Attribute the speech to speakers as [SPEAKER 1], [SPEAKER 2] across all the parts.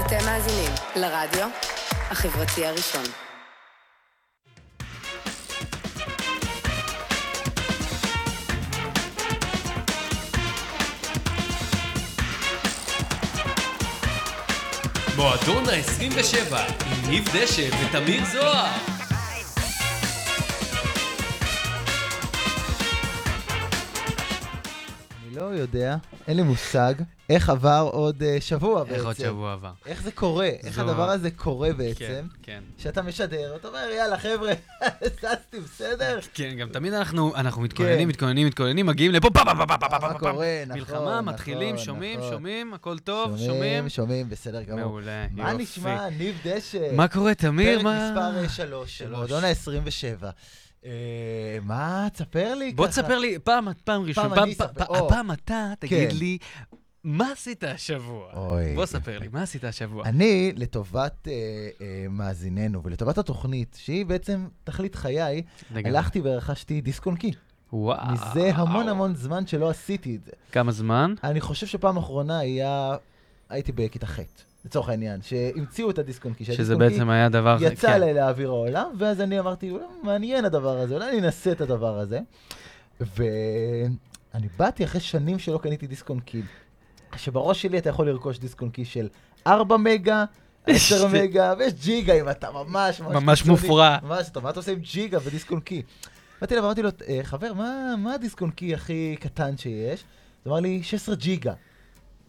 [SPEAKER 1] אתם מאזינים לרדיו החברתי הראשון.
[SPEAKER 2] מועדון ה-27 עם ניב דשא ותמיר זוהר
[SPEAKER 3] אני לא יודע, אין לי מושג, איך עבר עוד אה, שבוע בעצם.
[SPEAKER 2] איך עוד שבוע עבר?
[SPEAKER 3] איך זה קורה? איך
[SPEAKER 2] זו-
[SPEAKER 3] הדבר הזה קורה בעצם?
[SPEAKER 2] כן,
[SPEAKER 3] שאתה משדר, אתה אומר, יאללה, חבר'ה, זזתי בסדר?
[SPEAKER 2] כן, גם תמיד אנחנו אנחנו מתכוננים,
[SPEAKER 3] כן.
[SPEAKER 2] מתכוננים, מתכוננים, מגיעים לפה, פה, פה, פה, פה, פה, פה,
[SPEAKER 3] מה
[SPEAKER 2] פה, פה,
[SPEAKER 3] קורה? נכון,
[SPEAKER 2] מלחמה,
[SPEAKER 3] נכון,
[SPEAKER 2] מתחילים, שומעים,
[SPEAKER 3] נכון.
[SPEAKER 2] שומעים, הכל טוב, שומעים.
[SPEAKER 3] שומעים, בסדר גמור.
[SPEAKER 2] מעולה,
[SPEAKER 3] מה
[SPEAKER 2] יופי.
[SPEAKER 3] נשמע, ניב דשא?
[SPEAKER 2] מה קורה, תמיר?
[SPEAKER 3] פרק
[SPEAKER 2] מה...
[SPEAKER 3] מספר אה, 3 של
[SPEAKER 2] שלוש.
[SPEAKER 3] מועדון ה-27. אה, מה, תספר לי
[SPEAKER 2] בוא
[SPEAKER 3] ככה.
[SPEAKER 2] תספר לי, פעם, פעם ראשונה,
[SPEAKER 3] אני
[SPEAKER 2] פעם-
[SPEAKER 3] אספר,
[SPEAKER 2] פעם-
[SPEAKER 3] או.
[SPEAKER 2] הפעם אתה תגיד
[SPEAKER 3] כן.
[SPEAKER 2] לי, מה עשית השבוע?
[SPEAKER 3] אוי,
[SPEAKER 2] בוא ספר
[SPEAKER 3] יפה.
[SPEAKER 2] לי, מה עשית השבוע?
[SPEAKER 3] אני, לטובת אה, אה, מאזיננו ולטובת התוכנית, שהיא בעצם תכלית חיי,
[SPEAKER 2] לגמרי.
[SPEAKER 3] הלכתי ורכשתי דיסק און קי.
[SPEAKER 2] וואו.
[SPEAKER 3] מזה
[SPEAKER 2] אה.
[SPEAKER 3] המון המון זמן שלא עשיתי את זה.
[SPEAKER 2] כמה זמן?
[SPEAKER 3] אני חושב שפעם אחרונה היה... הייתי בכיתה ח', לצורך העניין, שהמציאו את הדיסק און קי.
[SPEAKER 2] שזה
[SPEAKER 3] שהדיסק און קי
[SPEAKER 2] בעצם היה דבר...
[SPEAKER 3] יצא
[SPEAKER 2] כן.
[SPEAKER 3] אליי לאוויר העולם, ואז אני אמרתי, אולי מעניין הדבר הזה, אולי אני אנסה את הדבר הזה. ואני באתי אחרי שנים שלא קניתי דיסק און קי, שבראש שלי אתה יכול לרכוש דיסק און קי של 4 מגה, 10 מגה, ויש ג'יגה אם אתה ממש ממש...
[SPEAKER 2] ממש
[SPEAKER 3] קיצוני.
[SPEAKER 2] מופרע.
[SPEAKER 3] ממש, אתה- מה אתה עושה עם ג'יגה ודיסק און קי? באתי אליו ואמרתי לו, "אה, חבר, מה- מה הדיסק און קי הכי קטן שיש? הוא אמר לי, 16 ג'יגה.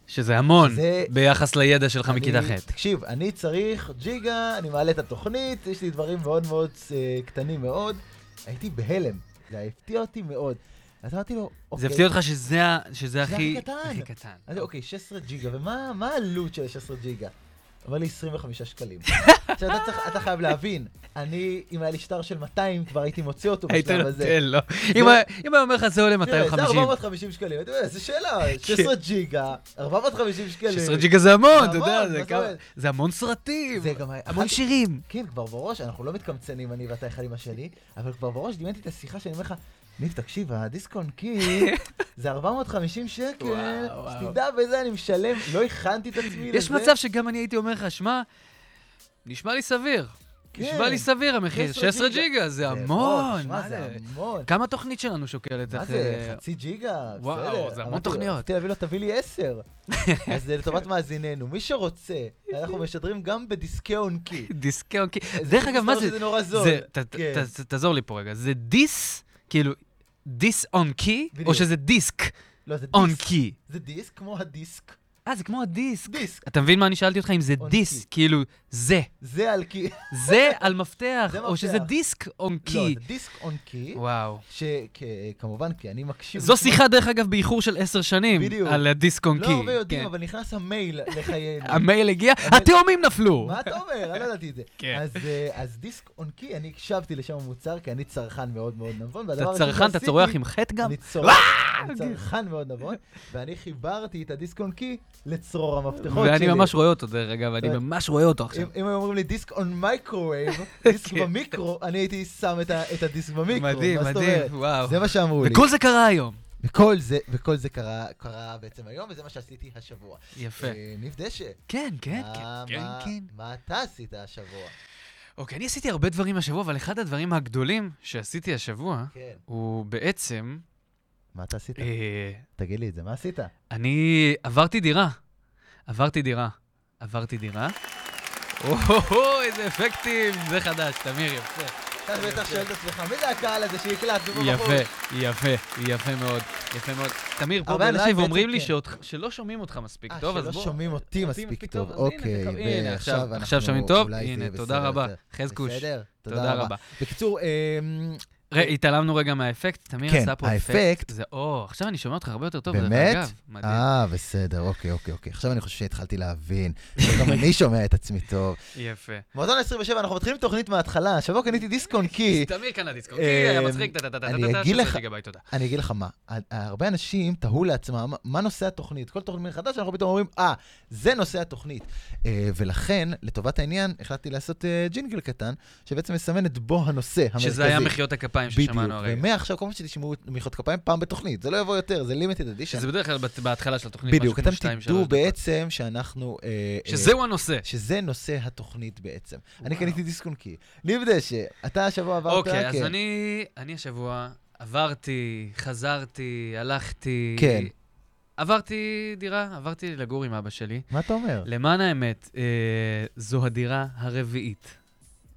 [SPEAKER 2] שזה המון,
[SPEAKER 3] שזה-
[SPEAKER 2] ביחס לידע שלך
[SPEAKER 3] אני-
[SPEAKER 2] מכיתה ח'.
[SPEAKER 3] תקשיב, אני צריך ג'יגה, אני מעלה את התוכנית, יש לי דברים מאוד מאוד אה, קטנים מאוד. הייתי בהלם, זה הפתיע אותי מאוד. אז אמרתי לו, אוקיי.
[SPEAKER 2] זה הפתיע אותך שזה ה- שזה
[SPEAKER 3] הכי
[SPEAKER 2] הכי...
[SPEAKER 3] קטן.
[SPEAKER 2] הכי קטן.
[SPEAKER 3] אמרתי, אוקיי, 16 ג'יגה, ומה מה העלות של 16 ג'יגה? אמר לי 25 שקלים. עכשיו, אתה צריך- אתה חייב להבין, אני, אם היה לי שטר של 200, כבר הייתי מוציא אותו
[SPEAKER 2] היית
[SPEAKER 3] בשלב הזה.
[SPEAKER 2] נותן לו. אם היה- אם היה אומר לך זה עולה
[SPEAKER 3] תראה, זה
[SPEAKER 2] 250.
[SPEAKER 3] 450 שקלים, אתה יודע, זו שאלה, 16 גיגה, 450 שקלים.
[SPEAKER 2] 16 ג'יגה זה המון, אתה
[SPEAKER 3] המון,
[SPEAKER 2] יודע,
[SPEAKER 3] מה
[SPEAKER 2] זה
[SPEAKER 3] זאת
[SPEAKER 2] כמה-
[SPEAKER 3] אומרת?
[SPEAKER 2] זה המון סרטים,
[SPEAKER 3] זה גם היה-
[SPEAKER 2] המון
[SPEAKER 3] אחת-
[SPEAKER 2] שירים.
[SPEAKER 3] כן, כבר בראש, אנחנו לא מתקמצנים אני ואתה אחד עם השני, אבל כבר בראש דמיינתי את השיחה שאני אומר לך, ניב, תקשיב, הדיסק און קי זה 450 שקל,
[SPEAKER 2] וואו, וואו.
[SPEAKER 3] שתדע בזה אני משלם, לא הכנתי את עצמי לזה.
[SPEAKER 2] יש מצב שגם אני הייתי אומר לך, שמע, נשמע לי סביר.
[SPEAKER 3] כן.
[SPEAKER 2] נשמע לי סביר המחיר, 16 ג'יגה, זה המון.
[SPEAKER 3] תשמע,
[SPEAKER 2] מה
[SPEAKER 3] זה
[SPEAKER 2] זה?
[SPEAKER 3] המון.
[SPEAKER 2] כמה התוכנית שלנו שוקלת
[SPEAKER 3] מה
[SPEAKER 2] אחרי...
[SPEAKER 3] זה, חצי ג'יגה, בסדר.
[SPEAKER 2] וואו, זה המון
[SPEAKER 3] אמרתי לו,
[SPEAKER 2] תוכניות.
[SPEAKER 3] רציתי להביא לו, תביא לי עשר. אז זה לטובת מאזיננו, מי שרוצה, אנחנו משדרים גם בדיסקי און קי.
[SPEAKER 2] דיסקאונט, כי- דרך אגב, מה
[SPEAKER 3] מסתבר
[SPEAKER 2] זה?
[SPEAKER 3] שזה נורא זול.
[SPEAKER 2] זה- ת- ת-
[SPEAKER 3] כן.
[SPEAKER 2] ת- תעזור לי פה רגע, זה דיס, כאילו, דיס און קי, או
[SPEAKER 3] בדיוק.
[SPEAKER 2] שזה דיסק
[SPEAKER 3] לא, זה
[SPEAKER 2] און
[SPEAKER 3] דיסק.
[SPEAKER 2] קי?
[SPEAKER 3] זה דיסק כמו הדיסק.
[SPEAKER 2] אה, זה כמו הדיסק.
[SPEAKER 3] דיסק.
[SPEAKER 2] אתה מבין מה אני שאלתי אותך? אם זה
[SPEAKER 3] און
[SPEAKER 2] דיס,
[SPEAKER 3] קי.
[SPEAKER 2] כאילו, זה.
[SPEAKER 3] זה על קי.
[SPEAKER 2] זה על מפתח,
[SPEAKER 3] זה
[SPEAKER 2] או שזה
[SPEAKER 3] מפתח.
[SPEAKER 2] דיסק און
[SPEAKER 3] לא,
[SPEAKER 2] קי.
[SPEAKER 3] זה דיסק און קי,
[SPEAKER 2] וואו.
[SPEAKER 3] שכמובן, כי אני מקשיב...
[SPEAKER 2] זו
[SPEAKER 3] לשמוע-
[SPEAKER 2] שיחה, דרך אגב, באיחור של עשר שנים,
[SPEAKER 3] בדיוק.
[SPEAKER 2] על הדיסק און קי.
[SPEAKER 3] לא הרבה יודעים,
[SPEAKER 2] כן.
[SPEAKER 3] אבל נכנס המייל לחיינו.
[SPEAKER 2] המייל הגיע, התאומים נפלו.
[SPEAKER 3] מה אתה אומר? אני לא ידעתי את זה.
[SPEAKER 2] כן.
[SPEAKER 3] אז, אה, אז דיסק און קי, אני הקשבתי לשם המוצר, כי אני צרכן מאוד מאוד נבון.
[SPEAKER 2] אתה
[SPEAKER 3] והדבר הראשון
[SPEAKER 2] צרכן, אתה
[SPEAKER 3] שעשיתי-
[SPEAKER 2] צורח עם חטא גם?
[SPEAKER 3] אני צור- אני צרכן מאוד נבון, ואני חיברתי את הדיסק און קי לצרור המפתחות שלי.
[SPEAKER 2] ואני ממש רואה אותו, דרך אגב, אני
[SPEAKER 3] כן.
[SPEAKER 2] ממש רואה אותו עכשיו.
[SPEAKER 3] אם אם היו אומרים לי דיסק און מייקרווייב, דיסק
[SPEAKER 2] כן.
[SPEAKER 3] במיקרו, אני הייתי שם את ה- את הדיסק במיקרו.
[SPEAKER 2] מדהים,
[SPEAKER 3] מה זאת
[SPEAKER 2] מדהים,
[SPEAKER 3] אומרת?
[SPEAKER 2] וואו.
[SPEAKER 3] זה מה שאמרו לי.
[SPEAKER 2] וכל זה קרה היום.
[SPEAKER 3] וכל זה, וכל זה קרה, קרה בעצם היום, וזה מה שעשיתי השבוע.
[SPEAKER 2] יפה.
[SPEAKER 3] אה, ניב דשא,
[SPEAKER 2] כן, כן, כן,
[SPEAKER 3] מה-
[SPEAKER 2] כן,
[SPEAKER 3] אה, מה-
[SPEAKER 2] כן.
[SPEAKER 3] מה אתה עשית השבוע?
[SPEAKER 2] אוקיי, אני עשיתי הרבה דברים השבוע, אבל אחד הדברים הגדולים שעשיתי השבוע,
[SPEAKER 3] כן.
[SPEAKER 2] הוא בעצם,
[SPEAKER 3] מה אתה עשית?
[SPEAKER 2] אה,
[SPEAKER 3] תגיד לי את זה, מה עשית?
[SPEAKER 2] אני עברתי דירה. עברתי דירה. עברתי דירה. או-הו, איזה אפקטים, זה חדש, תמיר, יפה.
[SPEAKER 3] אתה בטח שואל את עצמך, מי זה הקהל הזה שהקלטנו פה בחוץ?
[SPEAKER 2] יפה, יפה, יפה מאוד, יפה מאוד. תמיר, פה
[SPEAKER 3] הרבה אנשים
[SPEAKER 2] בלייב
[SPEAKER 3] בעצם
[SPEAKER 2] אומרים לי
[SPEAKER 3] כן.
[SPEAKER 2] שאותך- שלא שומעים אותך מספיק
[SPEAKER 3] אה,
[SPEAKER 2] טוב, אז
[SPEAKER 3] שלא
[SPEAKER 2] בוא.
[SPEAKER 3] שומעים אותי מספיק טוב,
[SPEAKER 2] אז הנה,
[SPEAKER 3] אוקיי.
[SPEAKER 2] תקו- הנה,
[SPEAKER 3] ועכשיו
[SPEAKER 2] עכשיו
[SPEAKER 3] אנחנו-
[SPEAKER 2] עכשיו שומעים טוב?
[SPEAKER 3] אולי זה
[SPEAKER 2] הנה,
[SPEAKER 3] יהיה
[SPEAKER 2] תודה
[SPEAKER 3] בסדר
[SPEAKER 2] רבה.
[SPEAKER 3] יותר.
[SPEAKER 2] חזקוש.
[SPEAKER 3] בסדר?
[SPEAKER 2] תודה
[SPEAKER 3] תודה
[SPEAKER 2] רבה.
[SPEAKER 3] רבה. בקיצור, אמ,
[SPEAKER 2] ראה, התעלמנו רגע מהאפקט, תמיר
[SPEAKER 3] כן,
[SPEAKER 2] עשה פה
[SPEAKER 3] האפקט-
[SPEAKER 2] אפקט. זה, או, עכשיו אני שומע אותך הרבה יותר טוב, דרך
[SPEAKER 3] באמת?
[SPEAKER 2] אגב. מדהים.
[SPEAKER 3] אה, בסדר, אוקיי, אוקיי, אוקיי. עכשיו אני חושב שהתחלתי להבין. גם אני שומע את עצמי טוב.
[SPEAKER 2] יפה.
[SPEAKER 3] מועדון 27, אנחנו מתחילים תוכנית מההתחלה. השבוע קניתי דיסק און קי.
[SPEAKER 2] תמיר כאן הדיסקו,
[SPEAKER 3] אה,
[SPEAKER 2] כי היה מצחיק, טה טה טה טה
[SPEAKER 3] אני
[SPEAKER 2] טה טה,
[SPEAKER 3] אגיד לך-
[SPEAKER 2] שזה גבאי, תודה.
[SPEAKER 3] אני אגיד לך מה, ה- הרבה אנשים תהו לעצמם מה נושא התוכנית. כל תוכנית מחדש אנחנו פתאום אומרים, אה, זה נושא התוכנית. אה, ולכן, לטובת העניין, החלטתי לעשות אה, ג'ינגל קטן, שבעצם מסמן את בו הנושא המרכזי.
[SPEAKER 2] שזה היה מחיאות הכפיים פעמים ששמענו הרגע.
[SPEAKER 3] בדיוק, ומעכשיו כל פעם שתשמעו מחיאות כפיים, פעם בתוכנית. זה לא יבוא יותר, זה לימיטד אדישן.
[SPEAKER 2] שזה בדרך כלל בת- בהתחלה של התוכנית,
[SPEAKER 3] בדיוק,
[SPEAKER 2] משהו כמו
[SPEAKER 3] אתם
[SPEAKER 2] שתיים, שלוש
[SPEAKER 3] תדעו
[SPEAKER 2] דקות.
[SPEAKER 3] בעצם שאנחנו... אה, אה,
[SPEAKER 2] שזהו הנושא.
[SPEAKER 3] שזה נושא התוכנית בעצם. אני קניתי דיסק און קי. ליב דשא, אתה השבוע עברת...
[SPEAKER 2] אוקיי, אז
[SPEAKER 3] כן.
[SPEAKER 2] אני אני השבוע עברתי, חזרתי, הלכתי.
[SPEAKER 3] כן.
[SPEAKER 2] עברתי דירה, עברתי לגור עם אבא שלי.
[SPEAKER 3] מה אתה אומר?
[SPEAKER 2] למען האמת, אה, זו הדירה הרביעית.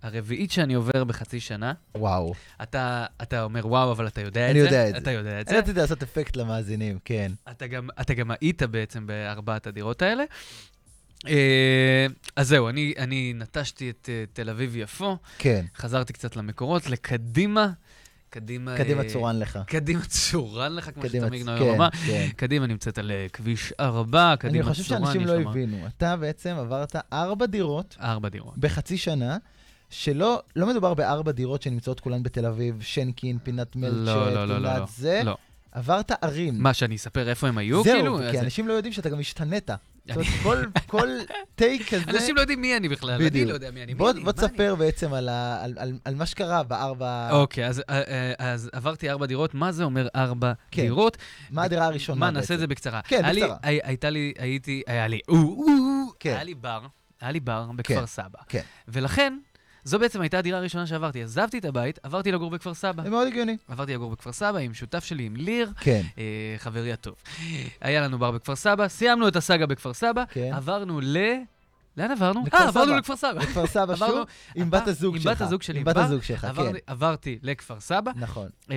[SPEAKER 2] הרביעית שאני עובר בחצי שנה.
[SPEAKER 3] וואו.
[SPEAKER 2] אתה, אתה אומר, וואו, אבל אתה יודע את
[SPEAKER 3] אני
[SPEAKER 2] זה?
[SPEAKER 3] יודע את זה.
[SPEAKER 2] אתה יודע את
[SPEAKER 3] אני
[SPEAKER 2] זה.
[SPEAKER 3] רציתי לעשות אפקט למאזינים, כן.
[SPEAKER 2] אתה גם, אתה גם היית בעצם בארבעת הדירות האלה. אה, אז זהו, אני, אני נטשתי את אה, תל אביב-יפו,
[SPEAKER 3] כן.
[SPEAKER 2] חזרתי קצת למקורות, לקדימה. קדימה...
[SPEAKER 3] קדימה
[SPEAKER 2] אה,
[SPEAKER 3] צורן לך.
[SPEAKER 2] קדימה צורן לך, כמו
[SPEAKER 3] קדימה,
[SPEAKER 2] שתמיד נאמר.
[SPEAKER 3] כן, כן.
[SPEAKER 2] קדימה נמצאת על אה, כביש 4,
[SPEAKER 3] אני
[SPEAKER 2] קדימה
[SPEAKER 3] חושב
[SPEAKER 2] צורן,
[SPEAKER 3] שאנשים
[SPEAKER 2] יש
[SPEAKER 3] לא
[SPEAKER 2] שם
[SPEAKER 3] הבינו. אתה בעצם עברת ארבע דירות
[SPEAKER 2] ארבע דירות.
[SPEAKER 3] בחצי שנה, שלא לא מדובר בארבע דירות שנמצאות כולן בתל אביב, שנקין, פינת
[SPEAKER 2] לא,
[SPEAKER 3] מלצ'ה,
[SPEAKER 2] לא, לא, לא,
[SPEAKER 3] פינת זה.
[SPEAKER 2] לא.
[SPEAKER 3] עברת ערים.
[SPEAKER 2] מה, שאני אספר איפה הם היו? כאילו?
[SPEAKER 3] זהו,
[SPEAKER 2] אז-
[SPEAKER 3] כי אנשים לא יודעים שאתה גם השתנית. זאת אומרת, כל- כל טייק כזה...
[SPEAKER 2] אנשים לא יודעים מי אני בכלל, אני
[SPEAKER 3] בדיוק.
[SPEAKER 2] לא יודע מי אני. מי
[SPEAKER 3] בוא
[SPEAKER 2] אני?
[SPEAKER 3] בוא
[SPEAKER 2] מה אני?
[SPEAKER 3] תספר בעצם על ה- על- על- על מה שקרה בארבע...
[SPEAKER 2] אוקיי, אז, אה, אה, אז עברתי ארבע דירות, מה זה אומר ארבע
[SPEAKER 3] כן.
[SPEAKER 2] דירות?
[SPEAKER 3] מה הדירה
[SPEAKER 2] אוקיי. מה,
[SPEAKER 3] הראשונה בעצם?
[SPEAKER 2] נעשה את זה בקצרה.
[SPEAKER 3] כן,
[SPEAKER 2] היה לי-
[SPEAKER 3] בקצרה.
[SPEAKER 2] הי- הייתה לי, הייתי, היה לי, או, או, או,
[SPEAKER 3] כן.
[SPEAKER 2] היה לי בר, היה לי בר בכפר
[SPEAKER 3] כן,
[SPEAKER 2] סבא.
[SPEAKER 3] כן.
[SPEAKER 2] ולכן, זו בעצם הייתה הדירה הראשונה שעברתי. עזבתי את הבית, עברתי לגור בכפר סבא.
[SPEAKER 3] זה מאוד הגיוני.
[SPEAKER 2] עברתי לגור בכפר סבא עם שותף שלי, עם ליר,
[SPEAKER 3] כן.
[SPEAKER 2] אה, חברי הטוב. היה לנו בר בכפר סבא, סיימנו את הסאגה בכפר סבא,
[SPEAKER 3] כן.
[SPEAKER 2] עברנו ל... לאן עברנו?
[SPEAKER 3] לכפר
[SPEAKER 2] אה, עברנו
[SPEAKER 3] סבא.
[SPEAKER 2] לכפר סבא.
[SPEAKER 3] בכפר סבא
[SPEAKER 2] עברנו-
[SPEAKER 3] שוב, עם בת הזוג שלך.
[SPEAKER 2] עם בת הזוג שלי,
[SPEAKER 3] עם בת
[SPEAKER 2] בר.
[SPEAKER 3] הזוג שלך,
[SPEAKER 2] עברתי-
[SPEAKER 3] כן.
[SPEAKER 2] עברתי לכפר סבא,
[SPEAKER 3] נכון.
[SPEAKER 2] אה,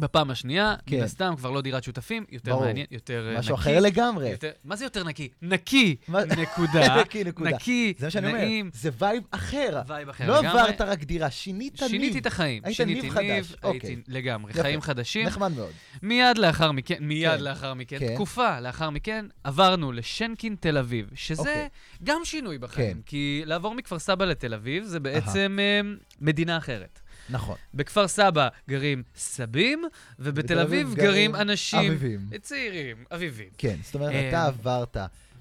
[SPEAKER 2] בפעם השנייה, מן
[SPEAKER 3] כן.
[SPEAKER 2] הסתם, כבר לא דירת שותפים, יותר
[SPEAKER 3] ברור.
[SPEAKER 2] מעניין, יותר אה,
[SPEAKER 3] משהו
[SPEAKER 2] נקי.
[SPEAKER 3] אחר לגמרי.
[SPEAKER 2] יותר- מה זה יותר נקי? נקי,
[SPEAKER 3] כן. מה-
[SPEAKER 2] נקודה.
[SPEAKER 3] נקי, נקודה.
[SPEAKER 2] נקי,
[SPEAKER 3] זה מה שאני אומר,
[SPEAKER 2] נעים,
[SPEAKER 3] זה וייב אחר.
[SPEAKER 2] וייב אחר
[SPEAKER 3] לא
[SPEAKER 2] לגמרי.
[SPEAKER 3] עברת רק דירה, שינית ניב.
[SPEAKER 2] שיניתי את החיים.
[SPEAKER 3] היית
[SPEAKER 2] שיניתי
[SPEAKER 3] ניב חדש, אוקיי.
[SPEAKER 2] הייתי לגמרי,
[SPEAKER 3] יפה.
[SPEAKER 2] חיים חדשים.
[SPEAKER 3] נחמד מאוד.
[SPEAKER 2] מיד לאחר מכן, מיד
[SPEAKER 3] כן.
[SPEAKER 2] לאחר מכן,
[SPEAKER 3] כן.
[SPEAKER 2] תקופה לאחר מכן, עברנו לשנקין תל אביב, שזה
[SPEAKER 3] אוקיי.
[SPEAKER 2] גם שינוי בחיים,
[SPEAKER 3] כן.
[SPEAKER 2] כי לעבור מכפר סבא לתל אביב זה בעצם אה, מדינה אחרת.
[SPEAKER 3] נכון.
[SPEAKER 2] בכפר סבא גרים סבים, ובתל
[SPEAKER 3] בתל אביב
[SPEAKER 2] אביב גרים
[SPEAKER 3] גרים
[SPEAKER 2] אנשים
[SPEAKER 3] אביבים.
[SPEAKER 2] צעירים, אביבים.
[SPEAKER 3] כן, זאת אומרת,
[SPEAKER 2] אה,
[SPEAKER 3] אתה עברת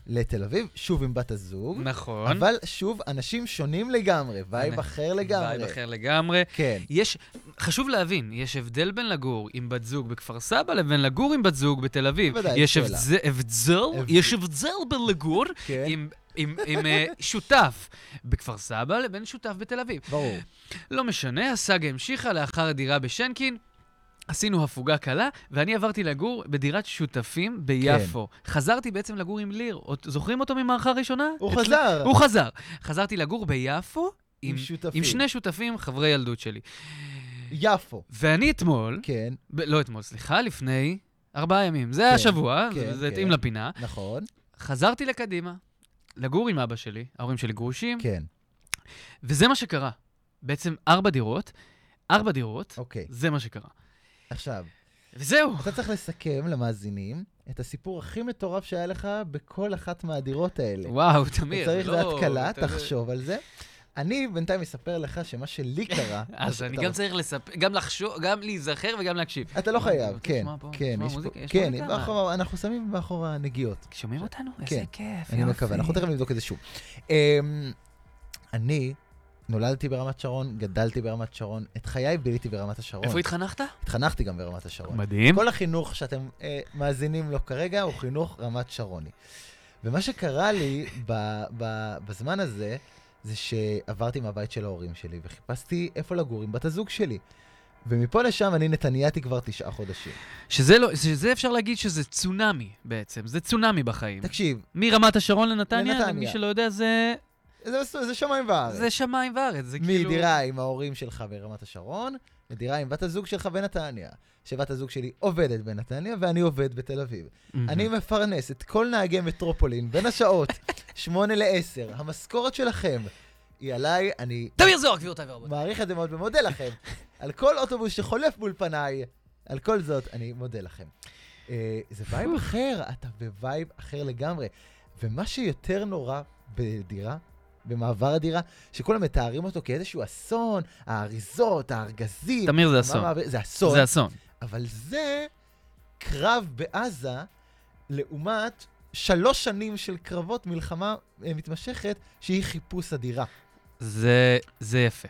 [SPEAKER 3] לתל אביב, שוב עם בת הזוג,
[SPEAKER 2] נכון.
[SPEAKER 3] כן. אבל שוב, אנשים שונים לגמרי, וייב
[SPEAKER 2] אנ-
[SPEAKER 3] אחר לגמרי.
[SPEAKER 2] וייב אחר לגמרי.
[SPEAKER 3] כן.
[SPEAKER 2] יש, חשוב להבין, יש הבדל בין לגור עם בת זוג בכפר סבא לבין לגור עם בת זוג בתל אביב.
[SPEAKER 3] בוודאי,
[SPEAKER 2] יש
[SPEAKER 3] שאלה.
[SPEAKER 2] הבדל, הבדל,
[SPEAKER 3] הבדל.
[SPEAKER 2] יש הבדל בין לגור
[SPEAKER 3] כן.
[SPEAKER 2] עם, עם, עם אה, שותף בכפר סבא לבין שותף בתל אביב.
[SPEAKER 3] ברור.
[SPEAKER 2] לא משנה, הסאגה המשיכה לאחר הדירה בשנקין. עשינו הפוגה קלה, ואני עברתי לגור בדירת שותפים ביפו. כן. חזרתי בעצם לגור עם ליר. אות- זוכרים אותו ממערכה ראשונה?
[SPEAKER 3] הוא
[SPEAKER 2] את-
[SPEAKER 3] חזר.
[SPEAKER 2] הוא חזר. חזרתי לגור ביפו עם,
[SPEAKER 3] עם שותפים.
[SPEAKER 2] עם שני שותפים, חברי ילדות שלי.
[SPEAKER 3] יפו.
[SPEAKER 2] ואני אתמול,
[SPEAKER 3] כן,
[SPEAKER 2] ב- לא אתמול, סליחה, לפני ארבעה ימים, זה
[SPEAKER 3] כן,
[SPEAKER 2] השבוע,
[SPEAKER 3] כן,
[SPEAKER 2] זה- זה
[SPEAKER 3] כן.
[SPEAKER 2] התאים לפינה,
[SPEAKER 3] נכון.
[SPEAKER 2] חזרתי לקדימה, לגור עם אבא שלי, ההורים שלי גרושים,
[SPEAKER 3] כן,
[SPEAKER 2] וזה מה שקרה. בעצם ארבע דירות, ארבע דירות,
[SPEAKER 3] אוקיי.
[SPEAKER 2] זה מה שקרה.
[SPEAKER 3] עכשיו,
[SPEAKER 2] וזהו.
[SPEAKER 3] אתה צריך לסכם למאזינים את הסיפור הכי מטורף שהיה לך בכל אחת מהדירות האלה.
[SPEAKER 2] וואו, תמיר,
[SPEAKER 3] אתה צריך
[SPEAKER 2] לא,
[SPEAKER 3] להתקלה,
[SPEAKER 2] אתה יודע-
[SPEAKER 3] תחשוב על זה. אני בינתיים אספר לך שמה שלי קרה...
[SPEAKER 2] אז אני גם צריך לספר, גם לחשוב, גם להיזכר וגם להקשיב.
[SPEAKER 3] אתה לא חייב,
[SPEAKER 2] רוצה
[SPEAKER 3] כן,
[SPEAKER 2] לשמוע פה-
[SPEAKER 3] כן,
[SPEAKER 2] לשמוע
[SPEAKER 3] יש פה,
[SPEAKER 2] מוזיקה? יש
[SPEAKER 3] כן,
[SPEAKER 2] מוזיקה? מה?
[SPEAKER 3] מאחורה- אנחנו שמים מאחור הנגיעות.
[SPEAKER 2] שומעים אותנו?
[SPEAKER 3] כן,
[SPEAKER 2] איזה כיף,
[SPEAKER 3] אני מקווה, אנחנו תכף נבדוק את זה שוב. אמ, אני נולדתי ברמת שרון, גדלתי ברמת שרון, את חיי ביליתי ברמת השרון.
[SPEAKER 2] איפה התחנכת?
[SPEAKER 3] התחנכתי גם ברמת השרון.
[SPEAKER 2] מדהים.
[SPEAKER 3] כל החינוך שאתם אה, מאזינים לו כרגע הוא חינוך רמת שרוני. ומה שקרה לי ב, ב, בזמן הזה, זה שעברתי מהבית של ההורים שלי וחיפשתי איפה לגור עם בת הזוג שלי. ומפה לשם אני נתניהתי כבר תשעה חודשים.
[SPEAKER 2] שזה לא, שזה אפשר להגיד שזה צונאמי בעצם, זה צונאמי בחיים.
[SPEAKER 3] תקשיב,
[SPEAKER 2] מרמת השרון לנתניה,
[SPEAKER 3] לנתניה.
[SPEAKER 2] למי שלא יודע, זה,
[SPEAKER 3] זה, זה שמיים וארץ.
[SPEAKER 2] זה שמיים וארץ, זה כאילו...
[SPEAKER 3] מדירה עם ההורים שלך ברמת השרון, לדירה עם בת הזוג שלך בנתניה. שבת הזוג שלי עובדת בנתניה ואני עובד בתל אביב.
[SPEAKER 2] מהמם.
[SPEAKER 3] אני מפרנס את כל נהגי מטרופולין בין השעות 8 ל-10. המשכורת שלכם היא עליי, אני
[SPEAKER 2] תמיר זוהר, גבירותיי ורבותיי.
[SPEAKER 3] מעריך את זה מאוד ומודה לכם. על כל אוטובוס שחולף מול פניי, על כל זאת, אני מודה לכם. אה, זה וייב אחר, אתה בווייב אחר לגמרי. ומה שיותר נורא בדירה, במעבר הדירה, שכולם מתארים אותו כאיזשהו אסון, האריזות, הארגזים.
[SPEAKER 2] תמיר זה
[SPEAKER 3] מה
[SPEAKER 2] אסון.
[SPEAKER 3] מעבר- זה אסון.
[SPEAKER 2] זה אסון.
[SPEAKER 3] אבל זה קרב בעזה לעומת שלוש שנים של קרבות, מלחמה אה, מתמשכת, שהיא חיפוש הדירה.
[SPEAKER 2] זה, זה יפה.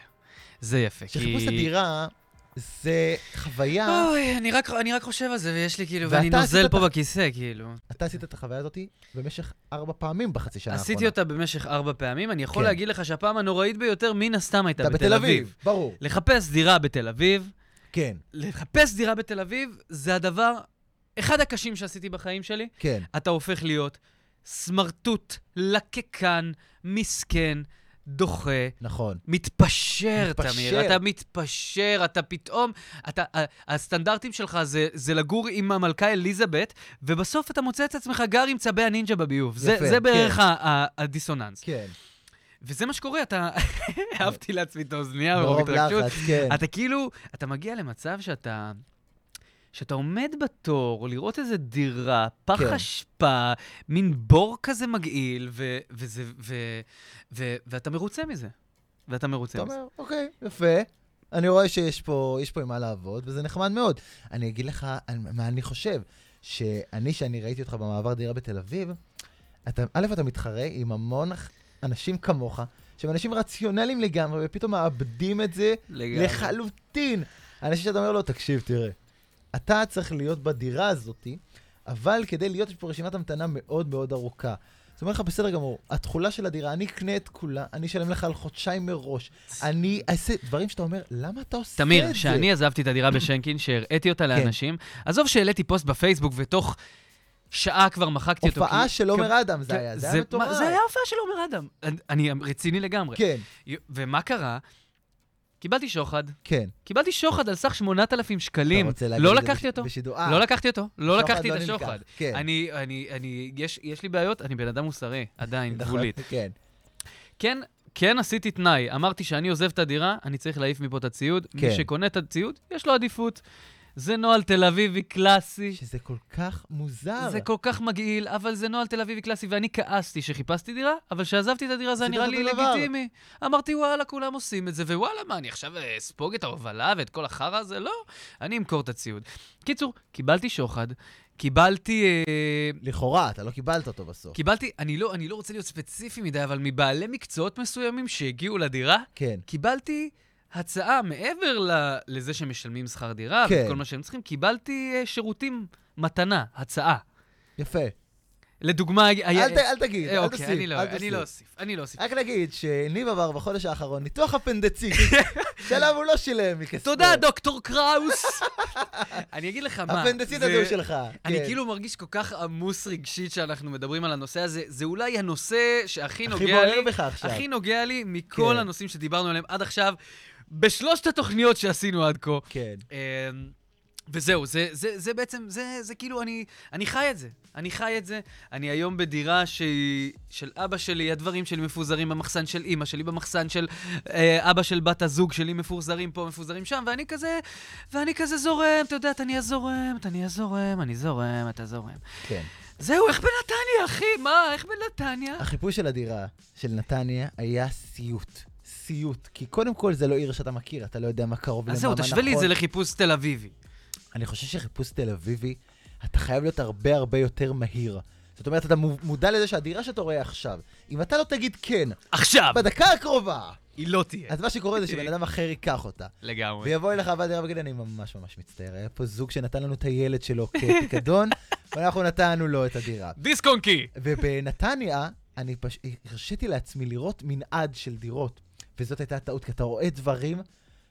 [SPEAKER 2] זה יפה. כי- אה!
[SPEAKER 3] שחיפוש הדירה זה חוויה,
[SPEAKER 2] אוי, אני רק- אני רק חושב על זה, ויש לי כאילו,
[SPEAKER 3] ואתה
[SPEAKER 2] ואני נוזל
[SPEAKER 3] עשית
[SPEAKER 2] פה
[SPEAKER 3] את ה-
[SPEAKER 2] בכיסא, כאילו.
[SPEAKER 3] אתה עשית את החוויה הזאת במשך ארבע פעמים בחצי שנה האחרונה.
[SPEAKER 2] עשיתי אותה במשך ארבע פעמים, אני יכול
[SPEAKER 3] נכון. כן.
[SPEAKER 2] להגיד לך שהפעם הנוראית ביותר מן הסתם הייתה
[SPEAKER 3] אתה
[SPEAKER 2] בתל אביב.
[SPEAKER 3] ברור,
[SPEAKER 2] לחפש דירה בתל אביב,
[SPEAKER 3] כן,
[SPEAKER 2] לחפש דירה בתל אביב זה הדבר, אחד הקשים שעשיתי בחיים שלי.
[SPEAKER 3] כן.
[SPEAKER 2] אתה הופך להיות סמרטוט, לקקן, מסכן, דוחה,
[SPEAKER 3] נכון.
[SPEAKER 2] מתפשר,
[SPEAKER 3] מתפשר.
[SPEAKER 2] תמיר. אתה מתפשר, אתה פתאום... אתה, ה- הסטנדרטים שלך זה, זה לגור עם המלכה אליזבת, ובסוף אתה מוצא את עצמך גר עם צבי הנינג'ה בביוב.
[SPEAKER 3] יפה,
[SPEAKER 2] זה, זה בערך
[SPEAKER 3] כן.
[SPEAKER 2] ה- ה- הדיסוננס.
[SPEAKER 3] כן.
[SPEAKER 2] וזה מה שקורה, אתה... אהבתי לעצמי את האוזנייה
[SPEAKER 3] מרוב
[SPEAKER 2] מרוב התרגשות.
[SPEAKER 3] לחץ, לא כן.
[SPEAKER 2] אתה כאילו, אתה מגיע למצב שאתה... שאתה עומד בתור לראות איזה דירה, פח
[SPEAKER 3] כן.
[SPEAKER 2] כן. אשפה, מין בור כזה מגעיל, ו- וזה, ו- ו- ואתה מרוצה מזה. ואתה מרוצה
[SPEAKER 3] אתה
[SPEAKER 2] מזה.
[SPEAKER 3] אומר, אוקיי, יפה. אני רואה שיש פה, יש פה עם מה לעבוד, וזה נחמד מאוד. אני אגיד לך על מה אני חושב, שאני, שאני ראיתי אותך במעבר דירה בתל אביב, אתה, א', אתה מתחרה עם המון אח- אנשים כמוך, שהם אנשים רציונליים לגמרי, ופתאום מאבדים את זה
[SPEAKER 2] לגמרי.
[SPEAKER 3] לחלוטין. אנשים שאתה אומר לו, תקשיב, תראה, אתה צריך להיות בדירה הזאתי, אבל כדי להיות, יש פה רשימת המתנה מאוד מאוד ארוכה. אז אומר לך, בסדר גמור, התכולה של הדירה, אני אקנה את כולה, אני אשלם לך על חודשיים מראש. אני אעשה דברים שאתה אומר, למה אתה עושה את זה? כן.
[SPEAKER 2] תמיר, כשאני עזבתי את הדירה בשנקין, שהראיתי אותה לאנשים, עזוב שהעליתי פוסט בפייסבוק ותוך שעה כבר מחקתי אותו.
[SPEAKER 3] הופעה
[SPEAKER 2] כי-
[SPEAKER 3] של עומר אדם
[SPEAKER 2] כי-
[SPEAKER 3] זה היה, זה היה
[SPEAKER 2] מה-
[SPEAKER 3] מטורף.
[SPEAKER 2] זה היה הופעה של עומר אדם. אני- אני רציני לגמרי.
[SPEAKER 3] כן,
[SPEAKER 2] ומה קרה? קיבלתי שוחד.
[SPEAKER 3] כן.
[SPEAKER 2] קיבלתי שוחד על סך 8,000
[SPEAKER 3] אתה
[SPEAKER 2] שקלים.
[SPEAKER 3] רוצה להגיד
[SPEAKER 2] לא
[SPEAKER 3] את זה
[SPEAKER 2] לקחתי
[SPEAKER 3] בש-
[SPEAKER 2] אותו.
[SPEAKER 3] בשידור. אה,
[SPEAKER 2] לא לקחתי אותו, לא
[SPEAKER 3] שוחד
[SPEAKER 2] לקחתי
[SPEAKER 3] לא
[SPEAKER 2] את
[SPEAKER 3] נלקח,
[SPEAKER 2] השוחד.
[SPEAKER 3] כן.
[SPEAKER 2] אני, אני, אני, יש, יש לי בעיות, אני בן אדם מוסרי, עדיין,
[SPEAKER 3] נכון,
[SPEAKER 2] גבולית.
[SPEAKER 3] כן.
[SPEAKER 2] כן, כן עשיתי תנאי, אמרתי שאני עוזב את הדירה, אני צריך להעיף מפה את הציוד.
[SPEAKER 3] כן.
[SPEAKER 2] מי שקונה את הציוד, יש לו עדיפות. זה נוהל תל אביבי קלאסי.
[SPEAKER 3] שזה כל כך מוזר.
[SPEAKER 2] זה כל כך מגעיל, אבל זה נוהל תל אביבי קלאסי, ואני כעסתי שחיפשתי דירה, אבל כשעזבתי את הדירה זה היה
[SPEAKER 3] עשית
[SPEAKER 2] נראה
[SPEAKER 3] אותו
[SPEAKER 2] לי
[SPEAKER 3] דבר.
[SPEAKER 2] לגיטימי. אמרתי, וואלה, כולם עושים את זה, ווואלה, מה, אני עכשיו אה, אספוג את ההובלה ואת כל החרא הזה? לא, אני אמכור את הציוד. קיצור, קיבלתי שוחד, קיבלתי... אה,
[SPEAKER 3] לכאורה, אתה לא קיבלת אותו בסוף.
[SPEAKER 2] קיבלתי, אני לא, אני לא רוצה להיות ספציפי מדי, אבל מבעלי מקצועות מסוימים שהגיעו לדירה,
[SPEAKER 3] כן.
[SPEAKER 2] קיבלתי הצעה מעבר ל, לזה שמשלמים שכר דירה
[SPEAKER 3] כן.
[SPEAKER 2] וכל מה שהם צריכים, קיבלתי אה, שירותים מתנה, הצעה.
[SPEAKER 3] יפה.
[SPEAKER 2] לדוגמה, היה...
[SPEAKER 3] אל ת- אל תגיד,
[SPEAKER 2] אה,
[SPEAKER 3] אל
[SPEAKER 2] אוקיי, אני
[SPEAKER 3] תוסיף,
[SPEAKER 2] לא-
[SPEAKER 3] אל
[SPEAKER 2] אני
[SPEAKER 3] תוסיף. אה,
[SPEAKER 2] לא אוסיף, אני לא אוסיף.
[SPEAKER 3] רק נגיד שניב עבר בחודש האחרון ניתוח אפנדציט, שעליו הוא לא שילם מכספו.
[SPEAKER 2] תודה, דוקטור קראוס. אני אגיד לך מה.
[SPEAKER 3] האפנדציט
[SPEAKER 2] זה-
[SPEAKER 3] הזה הוא שלך.
[SPEAKER 2] אני
[SPEAKER 3] כן.
[SPEAKER 2] כאילו מרגיש כל כך עמוס רגשית שאנחנו מדברים על הנושא הזה. זה אולי הנושא שהכי
[SPEAKER 3] הכי
[SPEAKER 2] נוגע
[SPEAKER 3] בוער
[SPEAKER 2] לי,
[SPEAKER 3] בך עכשיו.
[SPEAKER 2] הכי נוגע לי מכל
[SPEAKER 3] כן.
[SPEAKER 2] הנושאים שדיברנו עליהם עד עכשיו, בשלושת התוכניות שעשינו עד כה.
[SPEAKER 3] כן.
[SPEAKER 2] אמ, וזהו, זה, זה, זה בעצם, זה, זה כאילו, אני, אני חי את זה. אני חי את זה. אני היום בדירה שהיא של אבא שלי, הדברים שלי מפוזרים במחסן של אימא שלי, במחסן של אה, אבא של בת הזוג שלי, מפוזרים פה, מפוזרים שם, ואני כזה, ואני כזה זורם, אתה יודע, אתה נהיה זורם, אתה נהיה זורם, אני זורם, אתה זורם.
[SPEAKER 3] כן.
[SPEAKER 2] זהו, איך בנתניה, אחי? מה, איך בנתניה? אה,
[SPEAKER 3] החיפוש של הדירה של נתניה היה סיוט. סיוט. כי קודם כל זה לא עיר שאתה מכיר, אתה לא יודע מה קרוב למה,
[SPEAKER 2] אז
[SPEAKER 3] מה
[SPEAKER 2] זהו,
[SPEAKER 3] נכון.
[SPEAKER 2] תשווה לי את זה לחיפוש תל אביבי.
[SPEAKER 3] אני חושב שחיפוש תל אביבי, אתה חייב להיות הרבה הרבה יותר מהיר. זאת אומרת, אתה מו- מודע לזה שהדירה שאתה רואה עכשיו, אם אתה לא תגיד כן,
[SPEAKER 2] עכשיו,
[SPEAKER 3] בדקה הקרובה,
[SPEAKER 2] היא לא תהיה.
[SPEAKER 3] אז מה שקורה זה שבן אדם אחר ייקח אותה.
[SPEAKER 2] לגמרי.
[SPEAKER 3] ויבוא אליך הבא דירה ויגיד, אני ממש ממש מצטער, היה פה זוג שנתן לנו את הילד שלו כפיקדון, ואנחנו נתנו לו את הדירה.
[SPEAKER 2] דיסקונקי!
[SPEAKER 3] ובנתניה, אני פש... הרשיתי לעצמי לראות מנעד של דירות, וזאת הייתה הטעות, כי אתה רואה דברים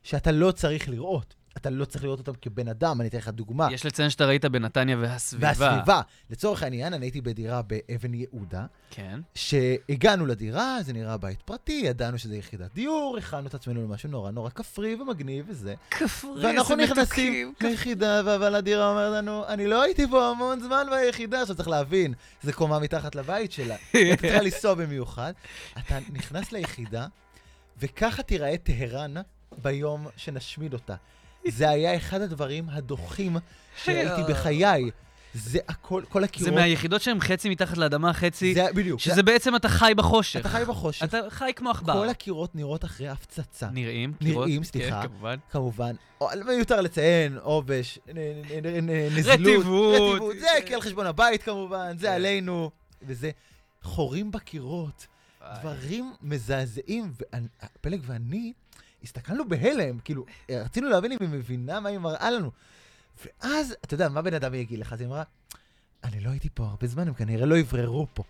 [SPEAKER 3] שאתה לא צריך לראות. אתה לא צריך לראות אותם כבן אדם, אני אתן לך דוגמה.
[SPEAKER 2] יש לציין שאתה ראית בנתניה והסביבה.
[SPEAKER 3] והסביבה, לצורך העניין, אני הייתי בדירה באבן יהודה,
[SPEAKER 2] כן.
[SPEAKER 3] שהגענו לדירה, זה נראה בית פרטי, ידענו שזה יחידת דיור, הכנו את עצמנו למשהו נורא נורא כפרי ומגניב וזה.
[SPEAKER 2] כפרי,
[SPEAKER 3] ואנחנו נכנסים ליחידה, והבעל הדירה אומר לנו, אני לא הייתי פה המון זמן ביחידה, עכשיו צריך להבין, זה קומה מתחת לבית שלה, אתה צריך לנסוע במיוחד. אתה נכנס ליחידה, וככה תיראה טהרן ביום שנשמיד אותה. זה היה אחד הדברים הדוחים שראיתי בחיי. זה הכל, כל
[SPEAKER 2] זה
[SPEAKER 3] הקירות.
[SPEAKER 2] מהיחידות שהן חצי מתחת לאדמה, חצי...
[SPEAKER 3] זה- בדיוק.
[SPEAKER 2] שזה בעצם אתה חי בחושך.
[SPEAKER 3] אתה חי בחושך.
[SPEAKER 2] אתה חי כמו עכבר.
[SPEAKER 3] כל הקירות נראות אחרי הפצצה.
[SPEAKER 2] נראים,
[SPEAKER 3] נראים,
[SPEAKER 2] קירות,
[SPEAKER 3] סליחה.
[SPEAKER 2] כן, כמובן.
[SPEAKER 3] כמובן, או- מיותר לציין, עובש, נ- נ- נ- נ- נזילות,
[SPEAKER 2] רטיבות.
[SPEAKER 3] רטיבות, זה כי על חשבון הבית כמובן, זה עלינו, וזה חורים בקירות, דברים מזעזעים, והפלג ואני הסתכלנו בהלם, כאילו, רצינו להבין אם היא מבינה מה היא מראה לנו. ואז, אתה יודע, מה בן אדם יגיד לך? אז היא אמרה, אני לא הייתי פה הרבה זמן, הם כנראה לא יבררו פה.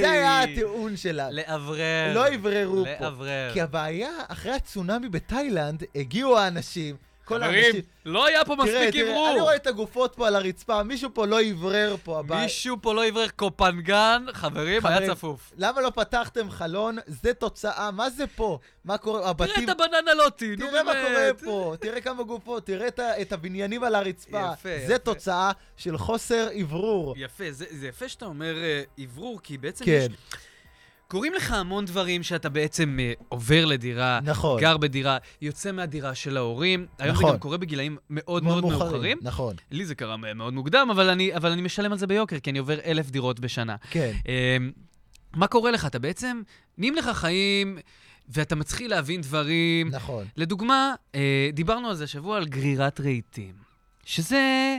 [SPEAKER 3] זה היה הטיעון שלה.
[SPEAKER 2] לאוורר.
[SPEAKER 3] לא יבררו פה.
[SPEAKER 2] לאוורר.
[SPEAKER 3] כי הבעיה, אחרי הצונאמי בתאילנד, הגיעו האנשים, כל
[SPEAKER 2] חברים,
[SPEAKER 3] האנשים...
[SPEAKER 2] לא היה פה
[SPEAKER 3] תראה,
[SPEAKER 2] מספיק
[SPEAKER 3] תראה, אני
[SPEAKER 2] אוורור.
[SPEAKER 3] רואה את הגופות פה על הרצפה, מישהו פה לא יברר פה הבעיה.
[SPEAKER 2] מישהו פה לא יברר קופנגן, חברים,
[SPEAKER 3] חברים,
[SPEAKER 2] היה צפוף.
[SPEAKER 3] למה לא פתחתם חלון? זה תוצאה, מה זה פה? מה קורה?
[SPEAKER 2] תראה
[SPEAKER 3] הבתים...
[SPEAKER 2] את הבננה לוטי, נו
[SPEAKER 3] תראה מה
[SPEAKER 2] באמת.
[SPEAKER 3] קורה פה, תראה כמה גופות, תראה את ה- את הבניינים על הרצפה.
[SPEAKER 2] יפה,
[SPEAKER 3] זה
[SPEAKER 2] יפה.
[SPEAKER 3] תוצאה של חוסר אוורור.
[SPEAKER 2] יפה, זה זה יפה שאתה אומר אה, אוורור, כי בעצם
[SPEAKER 3] כן,
[SPEAKER 2] יש... קורים לך המון דברים שאתה בעצם אה, עובר לדירה,
[SPEAKER 3] נכון.
[SPEAKER 2] גר בדירה, יוצא מהדירה של ההורים. היום זה
[SPEAKER 3] נכון.
[SPEAKER 2] גם קורה בגילאים מאוד
[SPEAKER 3] מאוד
[SPEAKER 2] מאוד
[SPEAKER 3] מאוחרים,
[SPEAKER 2] מאוחרים.
[SPEAKER 3] נכון,
[SPEAKER 2] לי זה קרה מ- מאוד מוקדם, אבל אני, אבל אני משלם על זה ביוקר, כי אני עובר אלף דירות בשנה.
[SPEAKER 3] כן.
[SPEAKER 2] אמ, מה קורה לך? אתה בעצם, נהיים לך חיים, ואתה מתחיל להבין דברים.
[SPEAKER 3] נכון.
[SPEAKER 2] לדוגמה, אה, דיברנו על זה השבוע, על גרירת רהיטים. שזה...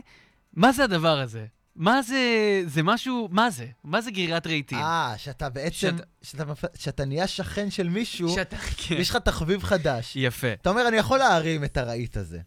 [SPEAKER 2] מה זה הדבר הזה? מה זה... זה משהו... מה זה? מה זה גרירת רהיטים?
[SPEAKER 3] אה, שאתה בעצם,
[SPEAKER 2] שאתה-
[SPEAKER 3] שאתה מפ- שאתה נהיה שכן של מישהו,
[SPEAKER 2] שאתה... כן.
[SPEAKER 3] ויש לך תחביב חדש.
[SPEAKER 2] יפה,
[SPEAKER 3] אתה אומר, אני יכול להרים את הרהיט הזה,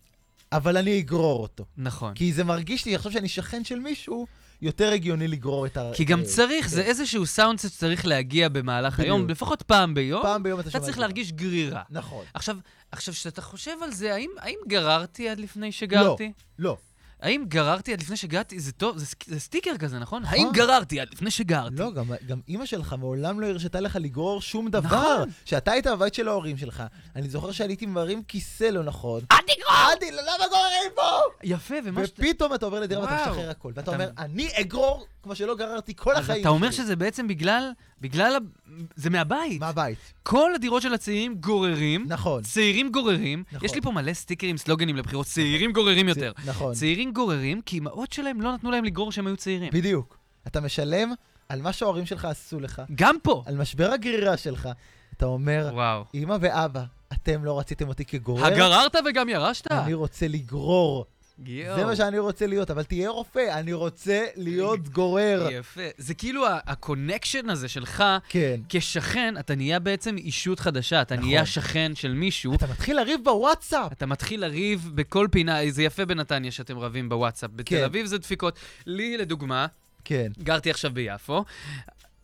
[SPEAKER 3] אבל אני אגרור אותו.
[SPEAKER 2] נכון.
[SPEAKER 3] כי זה מרגיש לי, עכשיו שאני שכן של מישהו, יותר הגיוני לגרור את אה, הרהיט.
[SPEAKER 2] כי גם צריך, זה איזשהו סאונד שצריך להגיע במהלך היום,
[SPEAKER 3] כן. בדיוק.
[SPEAKER 2] לפחות פעם ביום,
[SPEAKER 3] פעם ביום אתה שומע...
[SPEAKER 2] אתה צריך
[SPEAKER 3] גרור.
[SPEAKER 2] להרגיש לא, גרירה.
[SPEAKER 3] נכון.
[SPEAKER 2] עכשיו, עכשיו, כשאתה חושב על זה, האם, האם גררתי עד לפני שגרתי?
[SPEAKER 3] לא,
[SPEAKER 2] האם גררתי עד לפני שגרתי? זה טוב, זה, סק- זה סטיקר כזה, נכון? האם גררתי עד לפני שגרתי?
[SPEAKER 3] לא, גם, גם אימא שלך מעולם לא הרשתה לך לגרור שום דבר.
[SPEAKER 2] נכון.
[SPEAKER 3] שאתה היית בבית של ההורים שלך. אני זוגר שעליתי מרים כיסא לא נכון.
[SPEAKER 2] אל תגרור!
[SPEAKER 3] עדי, למה גוררים פה?
[SPEAKER 2] יפה, ומה שאתה...
[SPEAKER 3] ופתאום אתה עובר לדירה ואתה
[SPEAKER 2] וואו.
[SPEAKER 3] משחרר הכל. ואתה
[SPEAKER 2] אתה-
[SPEAKER 3] אומר, אני אגרור כמו שלא גררתי כל
[SPEAKER 2] אז
[SPEAKER 3] החיים
[SPEAKER 2] אתה אומר
[SPEAKER 3] שלי."
[SPEAKER 2] שזה בעצם בגלל... בגלל... ה- זה מהבית.
[SPEAKER 3] מהבית,
[SPEAKER 2] כל הדירות של הצעירים גוררים.
[SPEAKER 3] נכון.
[SPEAKER 2] צעירים גוררים.
[SPEAKER 3] נכון.
[SPEAKER 2] יש לי פה מלא סטיקרים, סלוגנים לבחירות. צעירים גוררים יותר.
[SPEAKER 3] זה- נכון,
[SPEAKER 2] צעירים גוררים, כי אמהות שלהם לא נתנו להם לגרור כשהם היו צעירים.
[SPEAKER 3] בדיוק. אתה משלם על מה שההורים שלך עשו לך,
[SPEAKER 2] גם פה.
[SPEAKER 3] על משבר הגרירה שלך. אתה אומר,
[SPEAKER 2] וואו.
[SPEAKER 3] אמא ואבא, אתם לא רציתם אותי כגורר,
[SPEAKER 2] הגררת וגם ירשת?
[SPEAKER 3] אני רוצה לגרור.
[SPEAKER 2] יואו.
[SPEAKER 3] זה מה שאני רוצה להיות, אבל תהיה רופא, אני רוצה להיות גורר.
[SPEAKER 2] יפה. זה כאילו ה- הקונקשן הזה שלך,
[SPEAKER 3] כן.
[SPEAKER 2] כשכן, אתה נהיה בעצם אישות חדשה, אתה
[SPEAKER 3] נכון.
[SPEAKER 2] נהיה שכן של מישהו.
[SPEAKER 3] אתה מתחיל לריב בוואטסאפ.
[SPEAKER 2] אתה מתחיל לריב בכל פינה, זה יפה בנתניה שאתם רבים בוואטסאפ. בתל
[SPEAKER 3] כן.
[SPEAKER 2] אביב זה דפיקות. לי, לדוגמה,
[SPEAKER 3] כן.
[SPEAKER 2] גרתי עכשיו ביפו.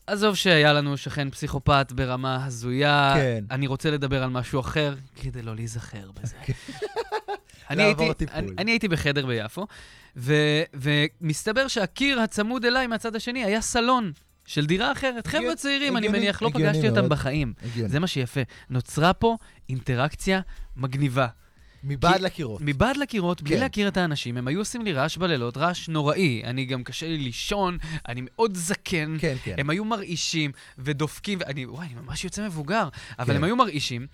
[SPEAKER 2] עזוב שהיה לנו שכן פסיכופת ברמה הזויה.
[SPEAKER 3] כן.
[SPEAKER 2] אני רוצה לדבר על משהו אחר כדי לא להיזכר בזה. אני,
[SPEAKER 3] כן. לעבור
[SPEAKER 2] הייתי,
[SPEAKER 3] טיפול.
[SPEAKER 2] אני, אני הייתי בחדר ביפו, ו, ומסתבר שהקיר הצמוד אליי מהצד השני היה סלון של דירה אחרת.
[SPEAKER 3] הגיוני-
[SPEAKER 2] חבר'ה צעירים, אני
[SPEAKER 3] הגיוני-
[SPEAKER 2] מניח, לא
[SPEAKER 3] הגיוני
[SPEAKER 2] פגשתי אותם
[SPEAKER 3] מאוד. כן.
[SPEAKER 2] בחיים.
[SPEAKER 3] הגיוני.
[SPEAKER 2] זה מה שיפה. נוצרה פה אינטראקציה מגניבה.
[SPEAKER 3] מבעד
[SPEAKER 2] כי-
[SPEAKER 3] לקירות.
[SPEAKER 2] מבעד לקירות, בלי
[SPEAKER 3] כן.
[SPEAKER 2] להכיר את האנשים, הם היו עושים לי רעש בלילות, רעש נוראי. אני גם קשה לי לישון, אני מאוד זקן.
[SPEAKER 3] כן, כן.
[SPEAKER 2] הם היו מרעישים ודופקים, ואני, וואי, אני ממש יוצא מבוגר,
[SPEAKER 3] כן.
[SPEAKER 2] אבל הם היו מרעישים,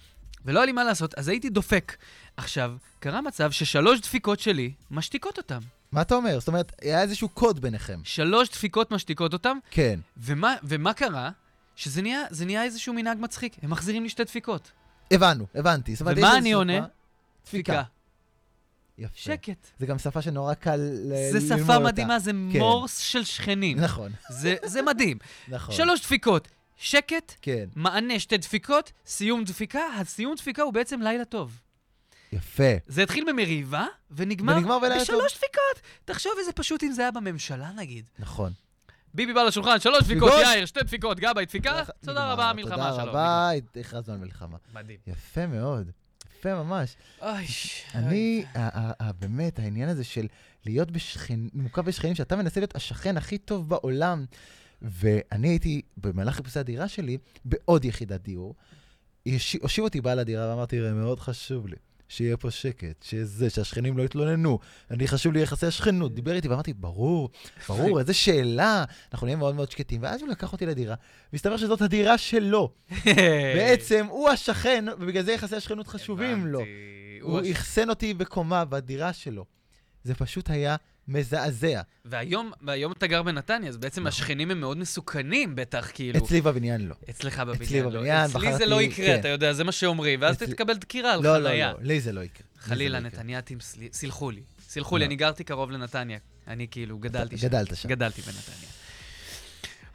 [SPEAKER 2] ולא היה לי מה לעשות, אז הייתי דופק. עכשיו, קרה מצב ששלוש דפיקות שלי משתיקות אותם.
[SPEAKER 3] מה אתה אומר? זאת אומרת, היה איזשהו קוד ביניכם.
[SPEAKER 2] שלוש דפיקות משתיקות אותם,
[SPEAKER 3] כן.
[SPEAKER 2] ומה, ומה קרה? שזה נהיה, זה נהיה איזשהו מנהג מצחיק, הם מחזירים לי שתי דפיקות.
[SPEAKER 3] הבנו, הבנתי. זאת אומרת,
[SPEAKER 2] ומה
[SPEAKER 3] יש
[SPEAKER 2] אני
[SPEAKER 3] איזשהו-
[SPEAKER 2] עונה?
[SPEAKER 3] מה? דפיקה. יפה.
[SPEAKER 2] שקט.
[SPEAKER 3] זה גם שפה שנורא קל ל-
[SPEAKER 2] זה
[SPEAKER 3] אה, ללמוד אותה.
[SPEAKER 2] שפה מדהימה, זה
[SPEAKER 3] כן.
[SPEAKER 2] מורס של שכנים.
[SPEAKER 3] נכון,
[SPEAKER 2] זה, זה מדהים.
[SPEAKER 3] נכון.
[SPEAKER 2] שלוש דפיקות, שקט,
[SPEAKER 3] כן.
[SPEAKER 2] מענה שתי דפיקות, סיום דפיקה, הסיום דפיקה הוא בעצם לילה טוב.
[SPEAKER 3] יפה.
[SPEAKER 2] זה התחיל במריבה, ונגמר,
[SPEAKER 3] ונגמר בלילה
[SPEAKER 2] בשלוש דפיקות. תחשוב איזה פשוט אם זה היה בממשלה נגיד.
[SPEAKER 3] נכון.
[SPEAKER 2] ביבי בא לשולחן, שלוש דפיקות,
[SPEAKER 3] דפיקות.
[SPEAKER 2] יאיר, שתי דפיקות, גבאי, דפיקה,
[SPEAKER 3] נגמר.
[SPEAKER 2] תודה רבה, מלחמה, שלום.
[SPEAKER 3] תודה רבה, הכרזנו על מלחמה.
[SPEAKER 2] מדהים.
[SPEAKER 3] יפה מאוד. יפה ממש.
[SPEAKER 2] אוי,
[SPEAKER 3] אני, ה- ה- ה- באמת, העניין הזה של להיות בשכן, מוקף בשכנים, שאתה מנסה להיות השכן הכי טוב בעולם, ואני הייתי, במהלך חיפושי הדירה שלי, בעוד יחידת דיור, יש- הושיב אותי בעל הדירה ואמר, תראה, מאוד חשוב לי. שיהיה פה שקט, שזה, שהשכנים לא יתלוננו. אני חשוב לי יחסי השכנות. דיבר איתי ואמרתי, ברור, ברור, איזה שאלה. אנחנו נהיה מאוד מאוד שקטים. ואז הוא לקח אותי לדירה, והסתבר שזאת הדירה שלו.
[SPEAKER 2] אה.
[SPEAKER 3] בעצם הוא השכן, ובגלל זה יחסי השכנות חשובים לו.
[SPEAKER 2] הבנתי. הוא
[SPEAKER 3] הוא
[SPEAKER 2] אש-
[SPEAKER 3] אחסן אותי בקומה בדירה שלו. זה פשוט היה מזעזע.
[SPEAKER 2] והיום, והיום אתה גר בנתניה, אז בעצם השכנים הם מאוד מסוכנים בטח, כאילו.
[SPEAKER 3] נכון. אצלי בבניין לא.
[SPEAKER 2] אצלך בבניין.
[SPEAKER 3] אצלי
[SPEAKER 2] לא.
[SPEAKER 3] בבניין,
[SPEAKER 2] אצלי זה
[SPEAKER 3] בחרתי-
[SPEAKER 2] לא יקרה,
[SPEAKER 3] כן.
[SPEAKER 2] אתה יודע, זה מה שאומרים, ואז
[SPEAKER 3] אצלי-
[SPEAKER 2] תתקבל דקירה על
[SPEAKER 3] לא, לא,
[SPEAKER 2] חנייה.
[SPEAKER 3] לא, לי זה לא יקרה. לי זה
[SPEAKER 2] חלילה,
[SPEAKER 3] לא יקרה.
[SPEAKER 2] נתנייתים, סל- סלחו לי. סלחו לי,
[SPEAKER 3] לא.
[SPEAKER 2] אני גרתי קרוב לנתניה. אני כאילו גדלתי שם.
[SPEAKER 3] גדלת שם.
[SPEAKER 2] גדלתי בנתניה.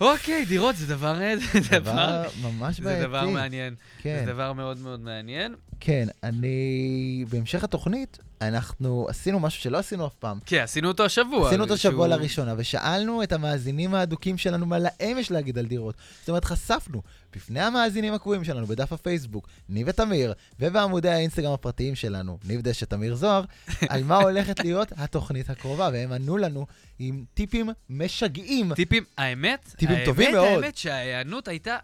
[SPEAKER 2] אוקיי, דירות זה דבר... זה דבר...
[SPEAKER 3] דבר ממש
[SPEAKER 2] זה
[SPEAKER 3] בעייתי.
[SPEAKER 2] דבר מעניין.
[SPEAKER 3] כן.
[SPEAKER 2] זה דבר מאוד מאוד מעניין.
[SPEAKER 3] כן, אני... בהמשך התוכנית, אנחנו עשינו משהו שלא עשינו אף פעם.
[SPEAKER 2] כן, עשינו אותו השבוע.
[SPEAKER 3] עשינו אותו שבוע
[SPEAKER 2] שהוא-
[SPEAKER 3] לראשונה, ושאלנו את המאזינים האדוקים שלנו מה להם יש להגיד על דירות. זאת אומרת, חשפנו בפני המאזינים הקבועים שלנו בדף הפייסבוק, ניב ותמיר, ובעמודי האינסטגרם הפרטיים שלנו, ניב דשא תמיר זוהר, על מה הולכת להיות התוכנית הקרובה, והם ענו לנו עם טיפים משגעים.
[SPEAKER 2] טיפים, האמת?
[SPEAKER 3] טיפים
[SPEAKER 2] האמת,
[SPEAKER 3] טובים מאוד.
[SPEAKER 2] האמת שההיענות הייתה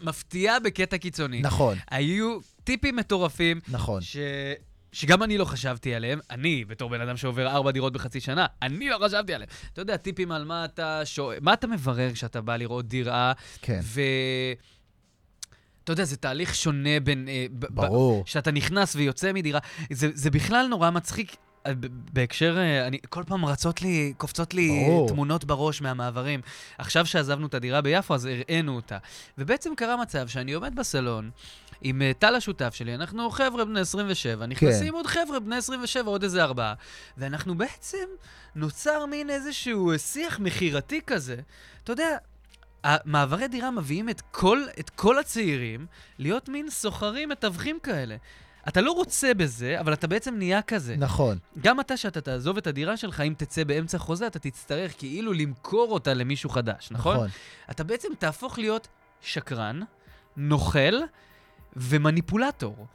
[SPEAKER 2] מפתיעה בקטע קיצוני.
[SPEAKER 3] נכון,
[SPEAKER 2] היו טיפים מטורפים,
[SPEAKER 3] נכון.
[SPEAKER 2] ש... שגם אני לא חשבתי עליהם, אני, בתור בן אדם שעובר ארבע דירות בחצי שנה, אני לא חשבתי עליהם. אתה יודע, טיפים על מה אתה, שוא... מה אתה מברר כשאתה בא לראות דירה,
[SPEAKER 3] כן,
[SPEAKER 2] ו... אתה יודע, זה תהליך שונה בין... אה, ב- ב-
[SPEAKER 3] ברור.
[SPEAKER 2] כשאתה נכנס ויוצא מדירה, זה, זה בכלל נורא מצחיק. אה, ב- בהקשר, אה, אני, כל פעם רצות לי, קופצות לי אה,
[SPEAKER 3] ברור.
[SPEAKER 2] תמונות בראש מהמעברים. עכשיו שעזבנו את הדירה ביפו, אז הראינו אותה. ובעצם קרה מצב שאני עומד בסלון עם אה, טל השותף שלי, אנחנו חבר'ה בני 27,
[SPEAKER 3] כן.
[SPEAKER 2] נכנסים עוד חבר'ה בני 27, עוד איזה ארבעה, ואנחנו בעצם, נוצר מין איזשהו אה, שיח מכירתי כזה. אתה יודע, המעברי דירה מביאים את כל, את כל הצעירים להיות מין סוחרים מתווכים כאלה. אתה לא רוצה בזה, אבל אתה בעצם נהיה כזה.
[SPEAKER 3] נכון,
[SPEAKER 2] גם אתה, שאתה תעזוב את הדירה שלך, אם תצא באמצע חוזה, אתה תצטרך כאילו למכור אותה למישהו חדש, נכון?
[SPEAKER 3] נכון.
[SPEAKER 2] אתה בעצם תהפוך להיות שקרן, נוכל ומניפולטור.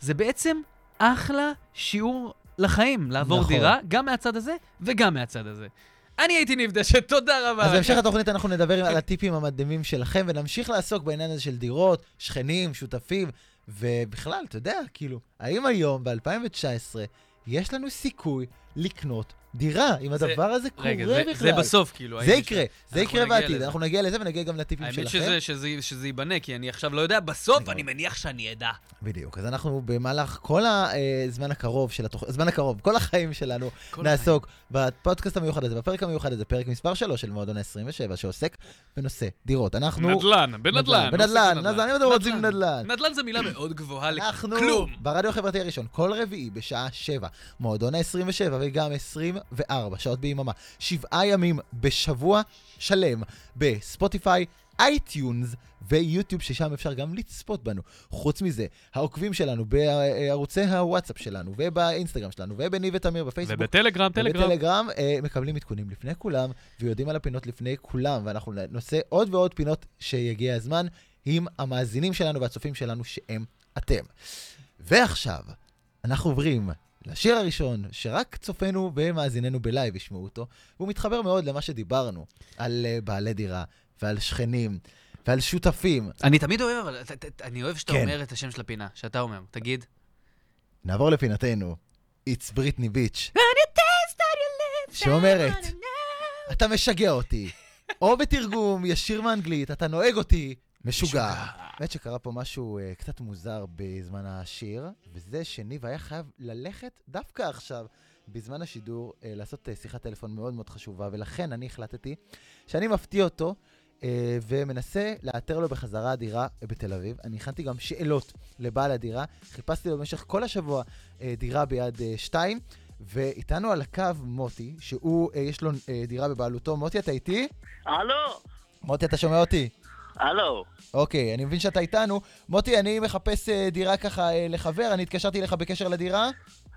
[SPEAKER 2] זה בעצם אחלה שיעור לחיים, לעבור
[SPEAKER 3] נכון.
[SPEAKER 2] נכון. דירה, גם מהצד הזה וגם מהצד הזה. אני הייתי נפדשת, תודה רבה.
[SPEAKER 3] אז בהמשך התוכנית אנחנו נדבר על הטיפים המדהימים שלכם, ונמשיך לעסוק בעניין הזה של דירות, שכנים, שותפים, ובכלל, אתה יודע, כאילו, האם היום, ב-2019, יש לנו סיכוי לקנות דירה, אם
[SPEAKER 2] זה-
[SPEAKER 3] הדבר הזה קורה
[SPEAKER 2] רגע, זה,
[SPEAKER 3] בכלל?
[SPEAKER 2] זה בסוף, כאילו.
[SPEAKER 3] זה
[SPEAKER 2] האם
[SPEAKER 3] יקרה,
[SPEAKER 2] אנחנו
[SPEAKER 3] זה יקרה
[SPEAKER 2] נגיע
[SPEAKER 3] בעתיד,
[SPEAKER 2] לזה.
[SPEAKER 3] אנחנו נגיע לזה ונגיע גם לטיפים
[SPEAKER 2] האמת
[SPEAKER 3] שלכם. נכון.
[SPEAKER 2] שזה, שזה, שזה ייבנה, כי אני עכשיו לא יודע, בסוף
[SPEAKER 3] לגמרי.
[SPEAKER 2] אני מניח שאני אדע.
[SPEAKER 3] בדיוק, אז אנחנו במהלך כל הזמן הקרוב של התוכנית, הזמן הקרוב, כל החיים שלנו,
[SPEAKER 2] כל
[SPEAKER 3] נעסוק בפודקאסט המיוחד הזה, בפרק המיוחד הזה, פרק מספר 3 של מועדון ה-27, שעוסק בנושא דירות. אנחנו...
[SPEAKER 2] נדל"ן,
[SPEAKER 3] בנדל"ן, בנדל"ן, לא נדל"ן, אם אתם רוצים נדל"ן.
[SPEAKER 2] נדל"ן זה מילה מאוד גבוהה
[SPEAKER 3] אנחנו
[SPEAKER 2] לכלום.
[SPEAKER 3] ברדיו החברתי הראשון, כל רביעי בשעה 7, מועדון ה-27 וגם 24 שעות ביממה, שבעה ימים בשבוע שלם בספוטיפיי, אייטיונס ויוטיוב, ששם אפשר גם לצפות בנו. חוץ מזה, העוקבים שלנו בערוצי הוואטסאפ שלנו, ובאינסטגרם שלנו, ובניב ותמיר בפייסבוק.
[SPEAKER 2] ובטלגרם,
[SPEAKER 3] ובטלגרם אה, מקבלים עדכונים לפני כולם, ויודעים על הפינות לפני כולם, ואנחנו נעשה עוד ועוד פינות שיגיע הזמן עם המאזינים שלנו והצופים שלנו שהם אתם. ועכשיו, אנחנו עוברים לשיר הראשון, שרק צופינו ומאזיננו בלייב ישמעו אותו, והוא מתחבר מאוד למה שדיברנו, על אה, בעלי דירה, ועל שכנים, ועל שותפים.
[SPEAKER 2] אני תמיד אוהב, אבל אתה- אתה- אני אוהב שאתה
[SPEAKER 3] כן.
[SPEAKER 2] אומר את השם של הפינה, שאתה אומר, תגיד.
[SPEAKER 3] נעבור לפינתנו, It's בריטני ביץ', שאומרת, אתה משגע אותי. או בתרגום ישיר מאנגלית, אתה נוהג אותי, משוגע. האמת שקרה פה משהו אה, קצת מוזר בזמן השיר, וזה שניב היה חייב ללכת דווקא עכשיו, בזמן השידור, אה, לעשות אה, שיחת טלפון מאוד מאוד חשובה, ולכן אני החלטתי שאני מפתיע אותו. אה, ומנסה לאתר לו בחזרה דירה בתל אביב. אני הכנתי גם שאלות לבעל הדירה. חיפשתי לו במשך כל השבוע אה, דירה ביד אה, שתיים, ואיתנו על הקו מוטי, שהוא, אה, יש לו אה, דירה בבעלותו. מוטי, אתה איתי?
[SPEAKER 4] הלו,
[SPEAKER 3] מוטי, אתה שומע אותי?
[SPEAKER 4] הלו.
[SPEAKER 3] אוקיי, אני מבין שאתה איתנו. מוטי, אני מחפש אה, דירה ככה אה, לחבר, אני התקשרתי אליך בקשר לדירה?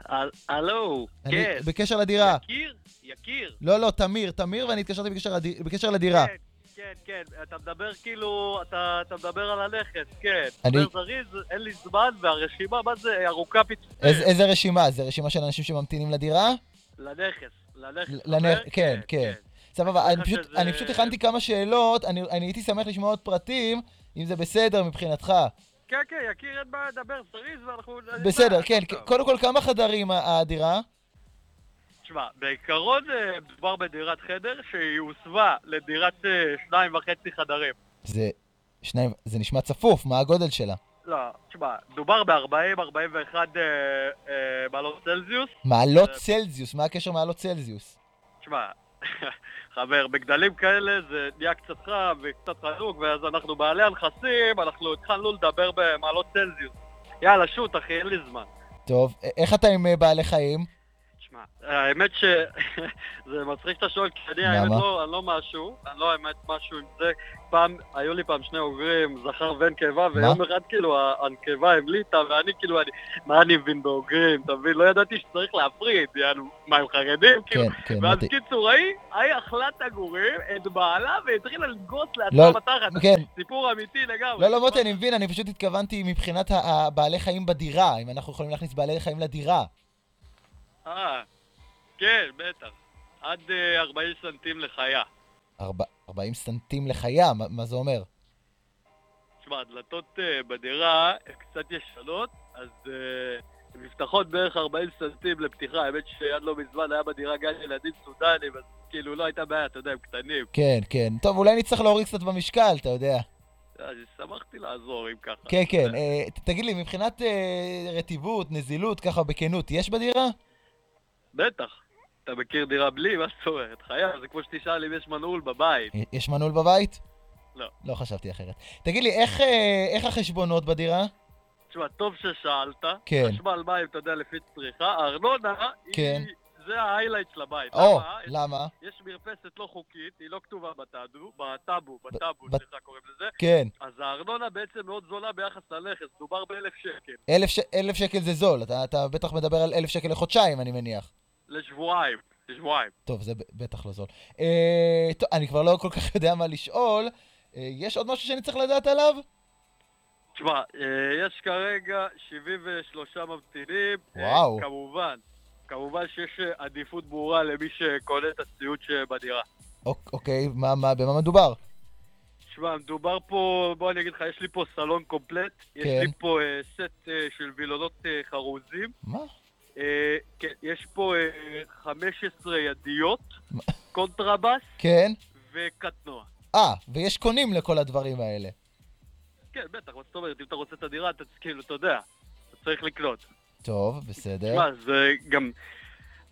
[SPEAKER 4] הל- הלו,
[SPEAKER 3] אני-
[SPEAKER 4] כן.
[SPEAKER 3] בקשר לדירה.
[SPEAKER 4] יקיר, יקיר.
[SPEAKER 3] לא, לא, תמיר, תמיר, ואני התקשרתי בקשר, לדי- בקשר לדירה.
[SPEAKER 4] כן, כן, כן. אתה מדבר כאילו, אתה אתה מדבר על הנכס, כן.
[SPEAKER 3] אני-
[SPEAKER 4] אני... זריז, אין לי זמן, והרשימה, מה זה, ארוכה פצפץ.
[SPEAKER 3] איזה, איזה רשימה? זה רשימה של אנשים שממתינים לדירה?
[SPEAKER 4] לנכס, לנכס.
[SPEAKER 3] לנ-
[SPEAKER 4] אומר?
[SPEAKER 3] כן, כן. סבבה, אני
[SPEAKER 4] ככה
[SPEAKER 3] פשוט,
[SPEAKER 4] שזה-
[SPEAKER 3] אני פשוט הכנתי כמה שאלות, אני, אני הייתי שמח לשמוע עוד פרטים, אם זה בסדר מבחינתך.
[SPEAKER 4] כן, כן, יקיר, אין בעיה, דבר זריז, ואנחנו... אה,
[SPEAKER 3] בסדר,
[SPEAKER 4] נדע.
[SPEAKER 3] כן. קודם כל, כמה חדרים ה- הדירה?
[SPEAKER 4] תשמע, בעיקרון אה, מדובר בדירת חדר שהיא הוסבה לדירת אה, שניים וחצי חדרים.
[SPEAKER 3] זה שניים, זה נשמע צפוף, מה הגודל שלה?
[SPEAKER 4] לא, תשמע, דובר ב-40-41 אה, מעלות צלזיוס.
[SPEAKER 3] מעלות צלזיוס, מה הקשר מעלות צלזיוס?
[SPEAKER 4] תשמע, חבר, בגדלים כאלה זה נהיה קצת חם וקצת חנוק, ואז אנחנו בעלי הנכסים, אנחנו התחלנו לדבר במעלות צלזיוס. יאללה, שוט, אחי, אין לי זמן.
[SPEAKER 3] טוב, א- איך אתה עם אה, בעלי חיים?
[SPEAKER 4] תשמע, האמת ש... זה מצחיק שאתה שואל, כי אני האמת
[SPEAKER 3] למה?
[SPEAKER 4] לא, אני לא משהו, אני לא האמת משהו עם זה. פעם, היו לי פעם שני אוגרים, זכר ואין קיבה, ויום אחד כאילו ה- הנקבה המליטה, ואני כאילו, אני, מה אני מבין באוגרים, אתה מבין? לא ידעתי שצריך להפריד, יענו, מה הם חרדים? כאילו,
[SPEAKER 3] כן, כן,
[SPEAKER 4] ואז
[SPEAKER 3] מוטי.
[SPEAKER 4] קיצור, ההיא, ההיא אכלה את הגורים, את בעלה, והתחילה לנגוס
[SPEAKER 3] לא,
[SPEAKER 4] לעצמה בתחת.
[SPEAKER 3] כן.
[SPEAKER 4] סיפור אמיתי לגמרי.
[SPEAKER 3] לא, לא, מוטי, אני מבין, אני פשוט התכוונתי מבחינת ה- הבעלי חיים בדירה, אם אנחנו יכולים להכניס בעלי חיים לדירה.
[SPEAKER 4] אה, כן, בטח. עד אה, 40 סנטים לחיה.
[SPEAKER 3] ארבע- 40 סנטים לחיה, מה- מה זה אומר?
[SPEAKER 4] תשמע, הדלתות אה, בדירה הן קצת ישנות, אז אה, הן נפתחות בערך 40 סנטים לפתיחה. האמת שעד לא מזמן היה בדירה גן ילדים סודנים, אז כאילו לא הייתה בעיה, אתה יודע, הם קטנים.
[SPEAKER 3] כן, כן. טוב, אולי נצטרך להוריד קצת במשקל, אתה יודע.
[SPEAKER 4] אז שמחתי לעזור, אם ככה.
[SPEAKER 3] כן, כן. אה, ת- תגיד לי, מבחינת אה, רטיבות, נזילות, ככה בכנות, יש בדירה?
[SPEAKER 4] בטח. אתה מכיר דירה בלי? מה זאת אומרת? חיה, זה כמו שתשאל אם יש מנעול בבית.
[SPEAKER 3] יש מנעול בבית?
[SPEAKER 4] לא.
[SPEAKER 3] לא חשבתי אחרת. תגיד לי, איך, אה, איך החשבונות בדירה?
[SPEAKER 4] תשמע, טוב ששאלת.
[SPEAKER 3] כן.
[SPEAKER 4] חשמל מים, אתה יודע, לפי צריכה. הארנונה,
[SPEAKER 3] כן.
[SPEAKER 4] היא... זה ההיילייט של הבית.
[SPEAKER 3] או,
[SPEAKER 4] למה?
[SPEAKER 3] למה?
[SPEAKER 4] יש מרפסת לא חוקית, היא לא כתובה בטאבו, בטאבו, בטאבו,
[SPEAKER 3] ב-
[SPEAKER 4] סליחה קוראים לזה.
[SPEAKER 3] כן,
[SPEAKER 4] אז הארנונה בעצם מאוד זולה ביחס לנכס, מדובר באלף שקל,
[SPEAKER 3] אלף, ש... אלף שקל זה זול, אתה, אתה בטח מדבר על אלף שקל לחודשיים, אני מניח.
[SPEAKER 4] לשבועיים, לשבועיים.
[SPEAKER 3] טוב, זה ב- בטח לא זול. אה, טוב, אני כבר לא כל כך יודע מה לשאול. אה, יש עוד משהו שאני צריך לדעת עליו?
[SPEAKER 4] תשמע, אה, יש כרגע 73 ממתינים. אה,
[SPEAKER 3] וואו.
[SPEAKER 4] כמובן, כמובן שיש אה, עדיפות ברורה למי שקונה את הציוד שבדירה.
[SPEAKER 3] אוק, אוקיי, מה, מה, במה מדובר?
[SPEAKER 4] תשמע, מדובר פה, בוא אני אגיד לך, יש לי פה סלון קומפלט, יש
[SPEAKER 3] כן.
[SPEAKER 4] לי פה אה, סט אה, של וילונות אה, חרוזים.
[SPEAKER 3] מה?
[SPEAKER 4] אה, כן, יש פה אה, 15 ידיות, קונטרבס
[SPEAKER 3] כן?
[SPEAKER 4] וקטנוע.
[SPEAKER 3] אה, ויש קונים לכל הדברים האלה.
[SPEAKER 4] כן, בטח, מה זאת אומרת, אם אתה רוצה את הדירה, אתה כאילו, אתה יודע, אתה צריך לקנות.
[SPEAKER 3] טוב, בסדר.
[SPEAKER 4] תשמע, זה גם...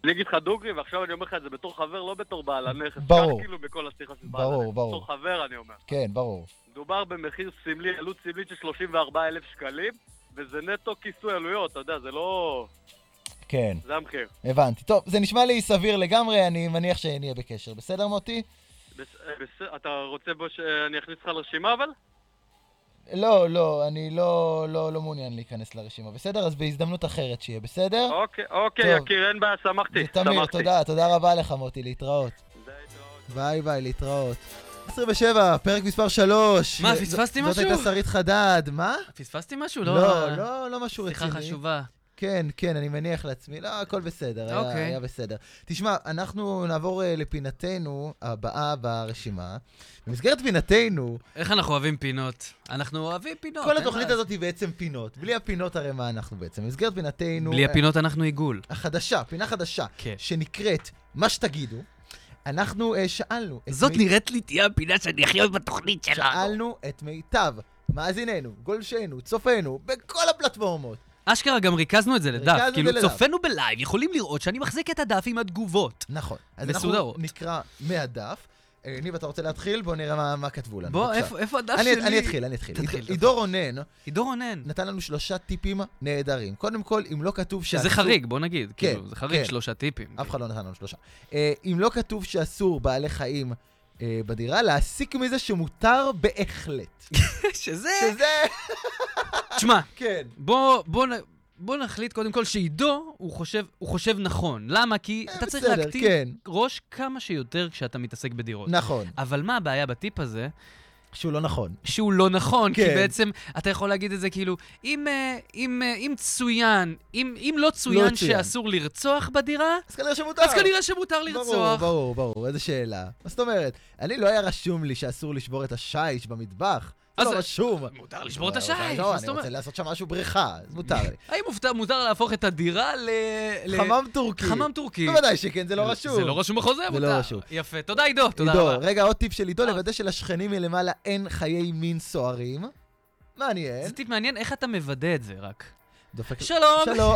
[SPEAKER 4] אני אגיד לך דוגרי, ועכשיו אני אומר לך את זה בתור חבר, לא בתור בעל הנכס.
[SPEAKER 3] ברור.
[SPEAKER 4] כך כאילו בכל השיחה של בעל
[SPEAKER 3] ברור,
[SPEAKER 4] הנכס.
[SPEAKER 3] ברור.
[SPEAKER 4] בתור חבר, אני אומר.
[SPEAKER 3] כן, ברור.
[SPEAKER 4] מדובר במחיר סמלי, עלות סמלית של 34,000 שקלים, וזה נטו כיסוי עלויות, אתה יודע, זה לא...
[SPEAKER 3] כן,
[SPEAKER 4] זה המחיר.
[SPEAKER 3] הבנתי. טוב, זה נשמע לי סביר לגמרי, אני מניח שנהיה בקשר. בסדר, מוטי?
[SPEAKER 4] בס... בס... אתה רוצה בוא שאני אכניס אותך לרשימה, אבל?
[SPEAKER 3] לא, לא, אני לא, לא, לא מעוניין להיכנס לרשימה, בסדר? אז בהזדמנות אחרת שיהיה, בסדר?
[SPEAKER 4] אוקיי, אוקיי,
[SPEAKER 3] טוב.
[SPEAKER 4] יקיר, אין בעיה, שמחתי.
[SPEAKER 3] תמיר,
[SPEAKER 4] שמחתי.
[SPEAKER 3] תודה, תודה רבה לך, מוטי, להתראות.
[SPEAKER 4] די, תודה.
[SPEAKER 3] ביי ביי, להתראות. 27, פרק מספר 3.
[SPEAKER 2] מה, פספסתי
[SPEAKER 3] זאת
[SPEAKER 2] משהו?
[SPEAKER 3] הייתה שרית חדד, מה?
[SPEAKER 2] פספסתי משהו? אה,
[SPEAKER 3] לא, לא, לא משהו רציני.
[SPEAKER 2] שיחה חשובה.
[SPEAKER 3] כן, כן, אני מניח לעצמי. לא, הכל בסדר, היה,
[SPEAKER 2] אוקיי.
[SPEAKER 3] היה בסדר. תשמע, אנחנו נעבור אה, לפינתנו הבאה ברשימה. במסגרת פינתנו,
[SPEAKER 2] איך אנחנו אוהבים פינות? אנחנו אוהבים פינות.
[SPEAKER 3] כל
[SPEAKER 2] אין
[SPEAKER 3] התוכנית
[SPEAKER 2] מה-
[SPEAKER 3] הזאת היא בעצם פינות. בלי הפינות הרי מה אנחנו בעצם? במסגרת פינתנו...
[SPEAKER 2] בלי
[SPEAKER 3] אה,
[SPEAKER 2] הפינות אנחנו עיגול.
[SPEAKER 3] החדשה, פינה חדשה,
[SPEAKER 2] כן.
[SPEAKER 3] שנקראת מה שתגידו, אנחנו אה, שאלנו... את
[SPEAKER 2] זאת
[SPEAKER 3] מי-
[SPEAKER 2] נראית לי תהיה הפינה שאני הכי אוהב בתוכנית שלנו.
[SPEAKER 3] שאלנו את מיטב מאזיננו, גולשינו, צופינו, בכל הפלטפורמות.
[SPEAKER 2] אשכרה גם ריכזנו את זה לדף.
[SPEAKER 3] ריכזנו את
[SPEAKER 2] כאילו,
[SPEAKER 3] זה לדף.
[SPEAKER 2] צופינו בלייב, יכולים לראות שאני מחזיק את הדף עם התגובות.
[SPEAKER 3] נכון. אז
[SPEAKER 2] מסודרות.
[SPEAKER 3] אנחנו נקרא מהדף. אה, ניב, אתה רוצה להתחיל? בוא נראה מה, מה כתבו לנו.
[SPEAKER 2] בוא,
[SPEAKER 3] בבקשה.
[SPEAKER 2] איפה- איפה הדף
[SPEAKER 3] אני,
[SPEAKER 2] שלי?
[SPEAKER 3] אני אתחיל, אני אתחיל.
[SPEAKER 2] תתחיל,
[SPEAKER 3] עידו-
[SPEAKER 2] תתחיל.
[SPEAKER 3] עידו רונן אה,
[SPEAKER 2] עידו רונן,
[SPEAKER 3] נתן לנו שלושה טיפים נהדרים. קודם כל, אם לא כתוב
[SPEAKER 2] שזה חריג, בוא נגיד.
[SPEAKER 3] כן,
[SPEAKER 2] כאילו, זה חריג,
[SPEAKER 3] כן.
[SPEAKER 2] שלושה טיפים.
[SPEAKER 3] אף אחד לא נתן לנו שלושה. אה, אם לא כתוב שאסור בעלי חיים אה, בדירה, להסיק מזה שמותר בהחלט.
[SPEAKER 2] כן. שזה...
[SPEAKER 3] שזה...
[SPEAKER 2] תשמע,
[SPEAKER 3] כן.
[SPEAKER 2] בוא, בוא, נ- בוא נחליט קודם כל שעידו, הוא חושב, הוא חושב נכון. למה? כי אתה צריך
[SPEAKER 3] בסדר,
[SPEAKER 2] להקטין
[SPEAKER 3] כן.
[SPEAKER 2] ראש כמה שיותר כשאתה מתעסק בדירות.
[SPEAKER 3] נכון.
[SPEAKER 2] אבל מה הבעיה בטיפ הזה?
[SPEAKER 3] שהוא לא נכון.
[SPEAKER 2] שהוא לא נכון, כי
[SPEAKER 3] כן.
[SPEAKER 2] בעצם אתה יכול להגיד את זה כאילו, אם, אה, אם, אה, אם צוין, אם, אם לא צוין
[SPEAKER 3] צוין.
[SPEAKER 2] שאסור לרצוח בדירה,
[SPEAKER 3] אז כנראה שמותר.
[SPEAKER 2] אז כנראה שמותר לרצוח.
[SPEAKER 3] ברור, ברור, ברור, איזה שאלה. מה זאת אומרת? אני לא היה רשום לי שאסור לשבור את השיש במטבח. זה
[SPEAKER 2] אז
[SPEAKER 3] לא
[SPEAKER 2] זה-
[SPEAKER 3] רשום.
[SPEAKER 2] מותר לשבור את
[SPEAKER 3] לא,
[SPEAKER 2] השיש,
[SPEAKER 3] לא,
[SPEAKER 2] מה
[SPEAKER 3] אני
[SPEAKER 2] זאת
[SPEAKER 3] רוצה
[SPEAKER 2] אומרת?
[SPEAKER 3] לעשות שם משהו בריכה, אז מותר לי.
[SPEAKER 2] האם מופת- מותר להפוך את הדירה ל... ל-
[SPEAKER 3] חמם טורקי.
[SPEAKER 2] חמם טורקי.
[SPEAKER 3] בוודאי שכן, זה לא רשום.
[SPEAKER 2] זה לא רשום בחוזה,
[SPEAKER 3] זה לא
[SPEAKER 2] מותר.
[SPEAKER 3] רשום.
[SPEAKER 2] יפה. תודה, עידו. תודה
[SPEAKER 3] עידו,
[SPEAKER 2] רבה.
[SPEAKER 3] רגע, עוד טיפ של עידו,
[SPEAKER 2] אה.
[SPEAKER 3] לוודא שלשכנים מלמעלה אין חיי מין סוערים. מעניין.
[SPEAKER 2] זה טיפ מעניין, איך אתה מוודא את זה רק?
[SPEAKER 3] דופק-
[SPEAKER 2] שלום.
[SPEAKER 3] שלום.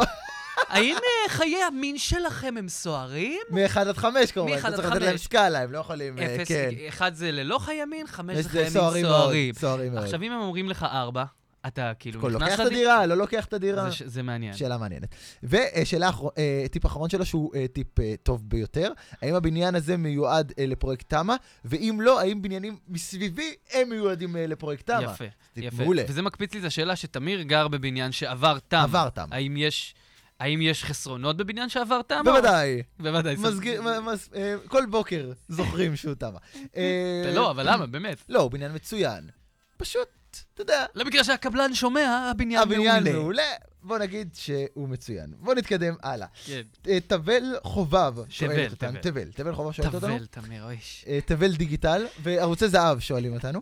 [SPEAKER 2] האם אה, חיי המין שלכם הם סוערים?
[SPEAKER 3] מ-1 עד 5 כמובן,
[SPEAKER 2] מ-אחד עד
[SPEAKER 3] אתה צריך לתת
[SPEAKER 2] חמש.
[SPEAKER 3] להם סקאלה, הם לא יכולים, אה,
[SPEAKER 2] אפס,
[SPEAKER 3] כן.
[SPEAKER 2] אחד זה ללא חיי מין, חמש
[SPEAKER 3] יש-
[SPEAKER 2] זה חיי מין
[SPEAKER 3] סוערים מאוד,
[SPEAKER 2] סוערים.
[SPEAKER 3] סוערים מאוד.
[SPEAKER 2] עכשיו, אם הם אומרים לך ארבע, אתה כאילו
[SPEAKER 3] כל
[SPEAKER 2] נכנס
[SPEAKER 3] כן. לוקח את
[SPEAKER 2] לדירה?
[SPEAKER 3] הדירה, לא לוקח את הדירה.
[SPEAKER 2] זה ש- כן. זה מעניין.
[SPEAKER 3] שאלה מעניינת. וטיפ אחרון שלו, שהוא אה, טיפ אה, טוב ביותר, האם הבניין הזה מיועד אה, לפרויקט תמ"א, ואם לא, האם בניינים מסביבי הם מיועדים אה, לפרויקט תמ"א?
[SPEAKER 2] יפה,
[SPEAKER 3] טיפ
[SPEAKER 2] יפה.
[SPEAKER 3] מעולה.
[SPEAKER 2] וזה מקפיץ לי את השאלה שתמיר גר בבניין שעבר תם.
[SPEAKER 3] עבר תם.
[SPEAKER 2] האם יש... האם יש חסרונות בבניין שעבר תם?
[SPEAKER 3] בוודאי.
[SPEAKER 2] בוודאי.
[SPEAKER 3] מזכיר- מ- מס- אה, כל בוקר זוכרים שהוא תמ"א. אה,
[SPEAKER 2] לא, אבל למה? באמת.
[SPEAKER 3] לא, הוא בניין מצוין. פשוט, אתה יודע,
[SPEAKER 2] למקרה שהקבלן שומע, הבניין מעולה.
[SPEAKER 3] הבניין מעולה, בוא נגיד שהוא מצוין. בוא נתקדם הלאה.
[SPEAKER 2] כן.
[SPEAKER 3] אה, תבל חובב
[SPEAKER 2] תבל,
[SPEAKER 3] שואלת אותנו.
[SPEAKER 2] תבל.
[SPEAKER 3] תבל, תבל חובב שואלת אותנו.
[SPEAKER 2] תבל, תמיר, אויש.
[SPEAKER 3] אה, תבל דיגיטל, וערוצי זהב שואלים אותנו,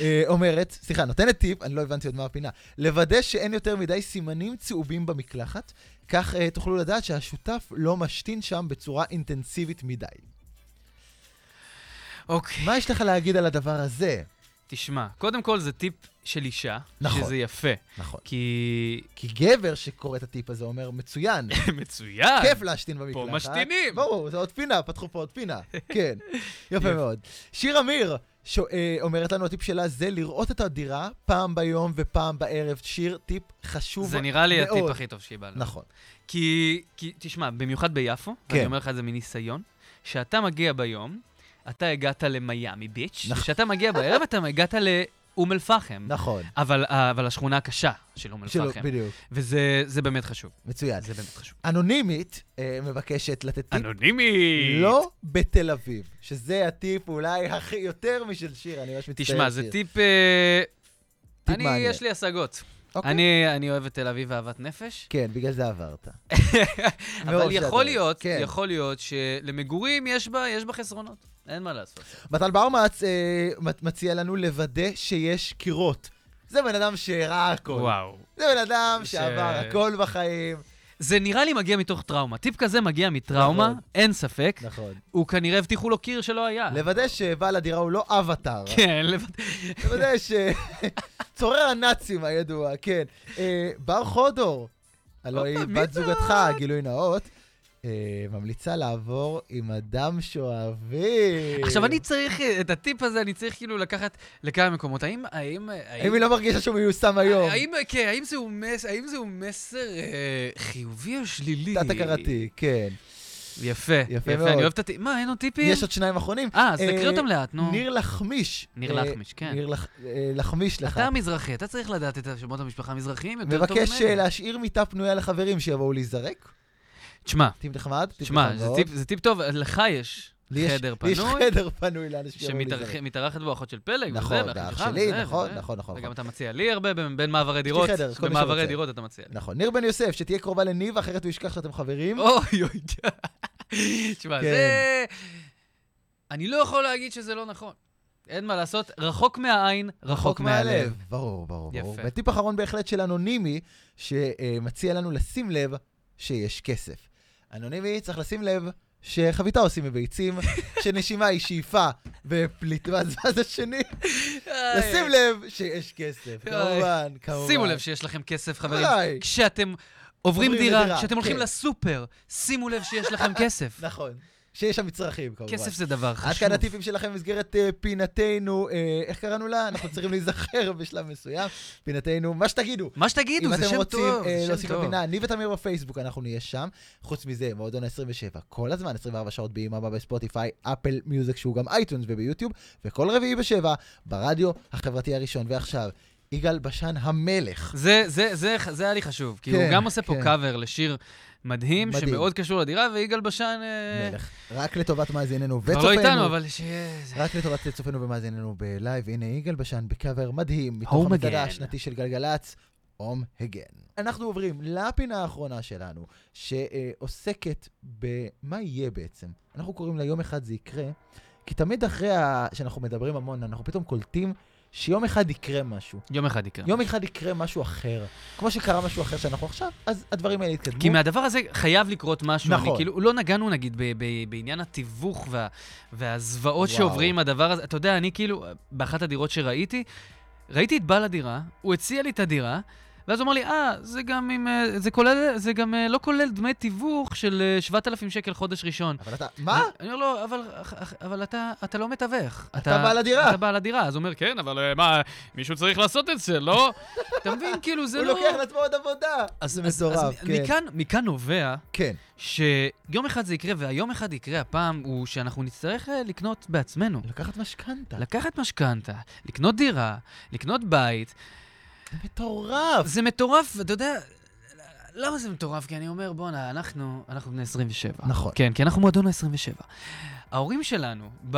[SPEAKER 3] אה, אומרת, סליחה, נותנת טיפ, אני לא הבנתי עוד מה הפינה, לוודא שאין יותר מדי סימנים צהובים במקלחת, כך אה, תוכלו לדעת שהשותף לא משתין שם בצורה אינטנסיבית מדי.
[SPEAKER 2] אוקיי.
[SPEAKER 3] מה יש לך להגיד על הדבר הזה?
[SPEAKER 2] תשמע, קודם כל זה טיפ של אישה,
[SPEAKER 3] נכון.
[SPEAKER 2] שזה יפה,
[SPEAKER 3] נכון.
[SPEAKER 2] כי...
[SPEAKER 3] כי גבר שקורא את הטיפ הזה אומר, מצוין,
[SPEAKER 2] מצוין.
[SPEAKER 3] כיף להשתין במקלחת.
[SPEAKER 2] כן. משתינים.
[SPEAKER 3] ברור, זה עוד פינה, פתחו פה עוד פינה. כן, יפה מאוד. שיר אמיר ש... אה, אומרת לנו, הטיפ שלה זה לראות את הדירה פעם ביום ופעם בערב. שיר, טיפ חשוב מאוד.
[SPEAKER 2] זה נראה לי הטיפ הכי טוב שקיבלנו.
[SPEAKER 3] נכון.
[SPEAKER 2] כי, כי, תשמע, במיוחד ביפו,
[SPEAKER 3] כן.
[SPEAKER 2] כן. ואני אומר לך את זה מניסיון, שאתה מגיע ביום, אתה הגעת למיאמי ביץ',
[SPEAKER 3] נכון.
[SPEAKER 2] כשאתה מגיע בערב, אתה הגעת לאום אל-פחם.
[SPEAKER 3] נכון.
[SPEAKER 2] אבל, אה, אבל השכונה הקשה של אום
[SPEAKER 3] שלא,
[SPEAKER 2] אל-פחם.
[SPEAKER 3] בדיוק,
[SPEAKER 2] וזה זה באמת חשוב.
[SPEAKER 3] מצוין.
[SPEAKER 2] זה באמת חשוב.
[SPEAKER 3] אנונימית אה, מבקשת לתת טיפ.
[SPEAKER 2] אנונימי!
[SPEAKER 3] לא בתל אביב, שזה הטיפ אולי הכי יותר משל שיר, אני ממש מצטער.
[SPEAKER 2] תשמע, זה
[SPEAKER 3] שיר.
[SPEAKER 2] טיפ... אה,
[SPEAKER 3] טיפ
[SPEAKER 2] אני,
[SPEAKER 3] מעניין.
[SPEAKER 2] יש לי השגות.
[SPEAKER 3] אוקיי.
[SPEAKER 2] אני, אני אוהב את תל אביב ואהבת נפש,
[SPEAKER 3] כן, בגלל זה עברת.
[SPEAKER 2] אבל יכול להיות,
[SPEAKER 3] כן.
[SPEAKER 2] יכול להיות שלמגורים יש בה, יש בה חסרונות. אין מה לעשות.
[SPEAKER 3] מתן באומץ אה, מ- מציע לנו לוודא שיש קירות. זה בן אדם שראה הכל.
[SPEAKER 2] וואו.
[SPEAKER 3] זה בן אדם
[SPEAKER 2] ש-
[SPEAKER 3] שעבר הכל בחיים.
[SPEAKER 2] זה נראה לי מגיע מתוך טראומה. טיפ כזה מגיע מטראומה,
[SPEAKER 3] נכון.
[SPEAKER 2] אין ספק.
[SPEAKER 3] נכון.
[SPEAKER 2] הוא כנראה הבטיחו לו קיר שלא היה.
[SPEAKER 3] לוודא שבעל הדירה הוא לא אבטאר.
[SPEAKER 2] כן, לבד.
[SPEAKER 3] לוודא ש... צורר הנאצים הידוע, כן. אה, בר חודור, הלוא
[SPEAKER 2] הופה,
[SPEAKER 3] היא
[SPEAKER 2] מי
[SPEAKER 3] בת
[SPEAKER 2] זאת?
[SPEAKER 3] זוגתך, גילוי נאות, אה, ממליצה לעבור עם אדם שואבים.
[SPEAKER 2] עכשיו, אני צריך, אה, את הטיפ הזה אני צריך כאילו לקחת לכמה מקומות. האם, האם,
[SPEAKER 3] אם היא לא מרגישה שהוא מיושם היום,
[SPEAKER 2] האם, כן, האם זהו מס- האם זהו מסר אה, חיובי או שלילי?
[SPEAKER 3] תת-הכרתי, כן.
[SPEAKER 2] יפה, יפה
[SPEAKER 3] מאוד.
[SPEAKER 2] מאוד. אני אוהב את הטיפ. מה, אין עוד טיפים?
[SPEAKER 3] יש עוד שניים אחרונים.
[SPEAKER 2] אה, אז
[SPEAKER 3] אה,
[SPEAKER 2] תקריא אותם לאט, נו.
[SPEAKER 3] ניר לחמיש.
[SPEAKER 2] ניר
[SPEAKER 3] אה,
[SPEAKER 2] לחמיש, כן.
[SPEAKER 3] ניר לח- אה, לחמיש לך.
[SPEAKER 2] אתה מזרחי, אתה צריך לדעת את שמות המשפחה המזרחיים יותר טוב ממני.
[SPEAKER 3] מבקש אה, להשאיר מיטה פנויה לחברים שיבואו להיזרק.
[SPEAKER 2] תשמע,
[SPEAKER 3] טיפ נחמד. טיפ
[SPEAKER 2] תשמע,
[SPEAKER 3] נחמד
[SPEAKER 2] זה
[SPEAKER 3] מאוד.
[SPEAKER 2] טיפ- זה טיפ טוב, לך יש
[SPEAKER 3] לי יש-
[SPEAKER 2] חדר
[SPEAKER 3] לי יש
[SPEAKER 2] פנוי.
[SPEAKER 3] חדר פנוי לאנשים שיבואו להיזרק.
[SPEAKER 2] שמתארחת בו אחות של פלג,
[SPEAKER 3] נכון,
[SPEAKER 2] וזה,
[SPEAKER 3] ואח
[SPEAKER 2] ואח
[SPEAKER 3] שלי, נכון, נכון, נכון, נכון.
[SPEAKER 2] וגם אתה מציע לי הרבה ב- בין מעברי דירות,
[SPEAKER 3] חדר, כל מי שרוצה.
[SPEAKER 2] במעברי דירות אתה מציע לי.
[SPEAKER 3] נכון. ניר בן יוסף, שתהיה קרובה לניב, אחרת הוא ישכח שאתם חברים.
[SPEAKER 2] אוי אוי, תשמע,
[SPEAKER 3] כן.
[SPEAKER 2] זה... אני לא יכול להגיד שזה לא נכון. אין מה לעשות, רחוק מהעין, רחוק מהלב.
[SPEAKER 3] ברור, ברור, ברור.
[SPEAKER 2] יפה.
[SPEAKER 3] וטיפ אחרון בהחלט של אנונימי, שמציע לנו לשים לב שיש כסף. אנונימי, צריך לשים לב שחביתה עושים מביצים, שנשימה היא שאיפה ופליט, ואז ואז השני, לשים לב שיש כסף. כמובן, כמובן.
[SPEAKER 2] שימו לב שיש לכם כסף, חברים.
[SPEAKER 3] אולי.
[SPEAKER 2] כשאתם עוברים
[SPEAKER 3] עוברים לדירה,
[SPEAKER 2] דירה, כשאתם הולכים
[SPEAKER 3] כן.
[SPEAKER 2] לסופר, שימו לב שיש לכם כסף.
[SPEAKER 3] נכון. שיש שם מצרכים, כמובן.
[SPEAKER 2] כסף זה דבר
[SPEAKER 3] עד
[SPEAKER 2] חשוב.
[SPEAKER 3] כאן הטיפים שלכם במסגרת אה, פינתנו, אה, איך קראנו לה? אנחנו צריכים להיזכר בשלב מסוים. פינתנו, מה שתגידו.
[SPEAKER 2] מה שתגידו, זה
[SPEAKER 3] אם אתם
[SPEAKER 2] שם
[SPEAKER 3] רוצים
[SPEAKER 2] טוב,
[SPEAKER 3] אה,
[SPEAKER 2] זה שם
[SPEAKER 3] להוסיף
[SPEAKER 2] טוב.
[SPEAKER 3] לפינה, אני ותמיר בפייסבוק, אנחנו נהיה שם. חוץ מזה, מועדון ה-27, כל הזמן, 24 שעות ביממה בספוטיפיי, אפל מיוזיק, שהוא גם אייטונס וביוטיוב, וכל רביעי בשבע, ברדיו החברתי הראשון. ועכשיו, יגאל בשן המלך.
[SPEAKER 2] זה, זה, זה, זה היה לי חשוב, כי
[SPEAKER 3] כן,
[SPEAKER 2] הוא גם עושה פה
[SPEAKER 3] כן.
[SPEAKER 2] קאבר לשיר מדהים,
[SPEAKER 3] מדהים.
[SPEAKER 2] שמאוד קשור לדירה, ויגאל בשן... אה,
[SPEAKER 3] מלך. רק לטובת מאזיננו וצופינו.
[SPEAKER 2] כבר לא איתנו, אבל שיהיה... זה-
[SPEAKER 3] רק לטובת צופינו ומאזיננו בלייב, הנה יגאל בשן בקאבר מדהים, מתוך
[SPEAKER 2] Home
[SPEAKER 3] המדדה
[SPEAKER 2] Again.
[SPEAKER 3] השנתי של גלגלצ, הום הגן. אנחנו עוברים לפינה האחרונה שלנו, שעוסקת במה יהיה בעצם. אנחנו קוראים לה יום אחד זה יקרה, כי תמיד אחרי ה... שאנחנו מדברים המון, אנחנו פתאום קולטים שיום אחד יקרה משהו.
[SPEAKER 2] יום אחד יקרה.
[SPEAKER 3] יום אחד יקרה משהו אחר. כמו שקרה משהו אחר שאנחנו עכשיו, אז הדברים האלה יתקדמו.
[SPEAKER 2] כי מהדבר הזה חייב לקרות משהו. נכון.
[SPEAKER 3] נכון.
[SPEAKER 2] אני, כאילו, לא נגענו, נגיד, ב- ב- בעניין התיווך וה- והזוועות
[SPEAKER 3] וואו.
[SPEAKER 2] שעוברים עם הדבר הזה. אתה יודע, אני כאילו, באחת הדירות שראיתי, ראיתי את בעל הדירה, הוא הציע לי את הדירה, ואז הוא אמר לי, אה, זה גם עם... אה, זה כולל... זה גם אה, לא כולל דמי תיווך של אה, 7,000 שקל חודש ראשון.
[SPEAKER 3] אבל אתה, מה?
[SPEAKER 2] אני אומר לו, אבל, אבל אתה, אתה לא מתווך. אתה,
[SPEAKER 3] בעל הדירה."
[SPEAKER 2] אתה בעל הדירה. אז הוא אומר, כן, אבל אה, מה, מישהו צריך לעשות את זה, לא? אתה מבין, כאילו, זה
[SPEAKER 3] הוא
[SPEAKER 2] לא...
[SPEAKER 3] לוקח לעצמו עוד עבודה.
[SPEAKER 2] אז-
[SPEAKER 3] זה
[SPEAKER 2] אז- אז
[SPEAKER 3] מטורף,
[SPEAKER 2] מ-
[SPEAKER 3] כן.
[SPEAKER 2] מכאן, מכאן נובע
[SPEAKER 3] כן.
[SPEAKER 2] שיום אחד זה יקרה, והיום אחד יקרה הפעם, הוא שאנחנו נצטרך אה, לקנות בעצמנו.
[SPEAKER 3] לקחת משכנתה.
[SPEAKER 2] לקחת משכנתה, לקנות דירה, לקנות בית.
[SPEAKER 3] זה מטורף.
[SPEAKER 2] זה מטורף, ואתה יודע... למה זה מטורף? כי אני אומר, בואנה, אנחנו, אנחנו בני 27.
[SPEAKER 3] נכון.
[SPEAKER 2] כן, כי אנחנו מועדון ה-27. ההורים שלנו, ב,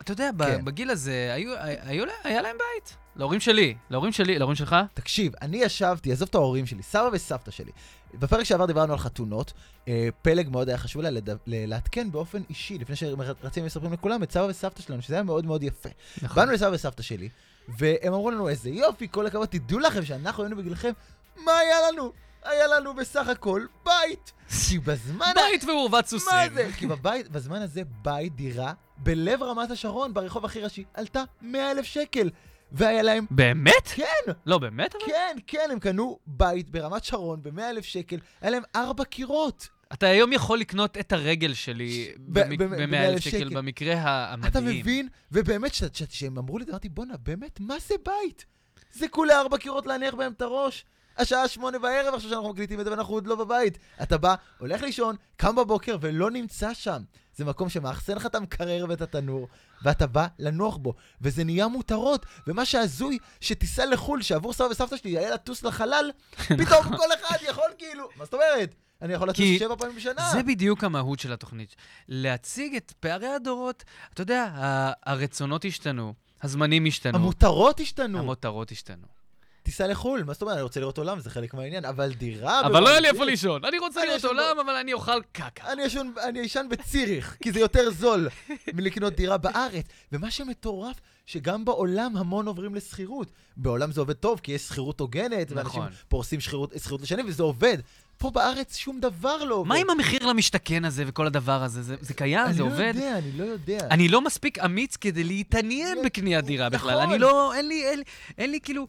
[SPEAKER 2] אתה יודע, ב,
[SPEAKER 3] כן.
[SPEAKER 2] בגיל הזה, היו, היו, לה- היה להם בית. להורים שלי, להורים שלי, להורים שלך?
[SPEAKER 3] תקשיב, אני ישבתי, עזוב את ההורים שלי, סבא וסבתא שלי. בפרק שעבר דיברנו על חתונות, אה, פלג מאוד היה חשוב לה לדו- ל- לעדכן באופן אישי, לפני שרצים ומספרים לכולם, את סבא וסבתא שלנו, שזה היה מאוד מאוד יפה.
[SPEAKER 2] נכון.
[SPEAKER 3] באנו לסבא וסבתא שלי, והם אמרו לנו, איזה יופי, כל הכבוד, תדעו לכם שאנחנו היינו בגילכם, מה היה לנו? היה לנו בסך הכל בית. כי בזמן... ה-
[SPEAKER 2] בית ועורבת סוסים.
[SPEAKER 3] מה זה? כי בבית, בזמן הזה בית, דירה, בלב רמת השרון, ברחוב הכי ראשי, עלתה 100 אלף שקל. והיה להם,
[SPEAKER 2] באמת?
[SPEAKER 3] כן,
[SPEAKER 2] לא, באמת? אבל?
[SPEAKER 3] כן, כן, הם קנו בית ברמת שרון ב-100 אלף שקל, היה להם ארבע קירות.
[SPEAKER 2] אתה היום יכול לקנות את הרגל שלי
[SPEAKER 3] ב-
[SPEAKER 2] במק-
[SPEAKER 3] ב- ב-
[SPEAKER 2] ב-100
[SPEAKER 3] אלף
[SPEAKER 2] אלף שקל,
[SPEAKER 3] שקל.
[SPEAKER 2] במקרה ה- המדהים.
[SPEAKER 3] אתה מבין? ובאמת, ש- ש- כשהם אמרו לי, אמרתי, בואנה, באמת, מה זה בית? זה כולה ארבע קירות להניח בהם את הראש. השעה שמונה בערב עכשיו שאנחנו מקליטים את זה ואנחנו עוד לא בבית. אתה בא, הולך לישון, קם בבוקר ולא נמצא שם. זה מקום שמאחסן לך את המקרר ואת התנור, ואתה בא לנוח בו, וזה נהיה מותרות. ומה שהזוי, שתיסע לחו"ל, שעבור סבא וסבתא שלי היה לטוס לחלל,
[SPEAKER 2] נכון.
[SPEAKER 3] פתאום כל אחד יכול כאילו, מה זאת אומרת? אני יכול לטוס
[SPEAKER 2] כי
[SPEAKER 3] שבע פעמים בשנה.
[SPEAKER 2] זה בדיוק המהות של התוכנית. להציג את פערי הדורות. אתה יודע, ה- הרצונות השתנו, הזמנים השתנו,
[SPEAKER 3] המותרות השתנו.
[SPEAKER 2] המותרות השתנו.
[SPEAKER 3] תיסע לחו"ל, מה זאת אומרת? אני רוצה לראות עולם, זה חלק מהעניין, אבל דירה...
[SPEAKER 2] אבל
[SPEAKER 3] בוואן
[SPEAKER 2] לא היה לי
[SPEAKER 3] ציריך.
[SPEAKER 2] איפה לישון. אני רוצה
[SPEAKER 3] אה, אני
[SPEAKER 2] לראות
[SPEAKER 3] ישן
[SPEAKER 2] עולם, אבל אני אוכל קקה.
[SPEAKER 3] אני ישן, אני ישן בציריך, כי זה יותר זול מלקנות דירה בארץ. ומה שמטורף, שגם בעולם המון עוברים לשכירות. בעולם זה עובד טוב, כי יש שכירות הוגנת, ואנשים
[SPEAKER 2] נכון.
[SPEAKER 3] פורסים שכירות שכירות לשנים, וזה עובד. פה בארץ שום דבר לא עובד.
[SPEAKER 2] מה עם המחיר למשתכן הזה וכל הדבר הזה? זה- זה קיים? זה עובד?
[SPEAKER 3] אני לא יודע, אני לא יודע.
[SPEAKER 2] אני לא מספיק אמיץ כדי להתעניין בקניית דירה בכלל.
[SPEAKER 3] נכון.
[SPEAKER 2] אני לא, אין לי, אין, לי- אין לי כאילו...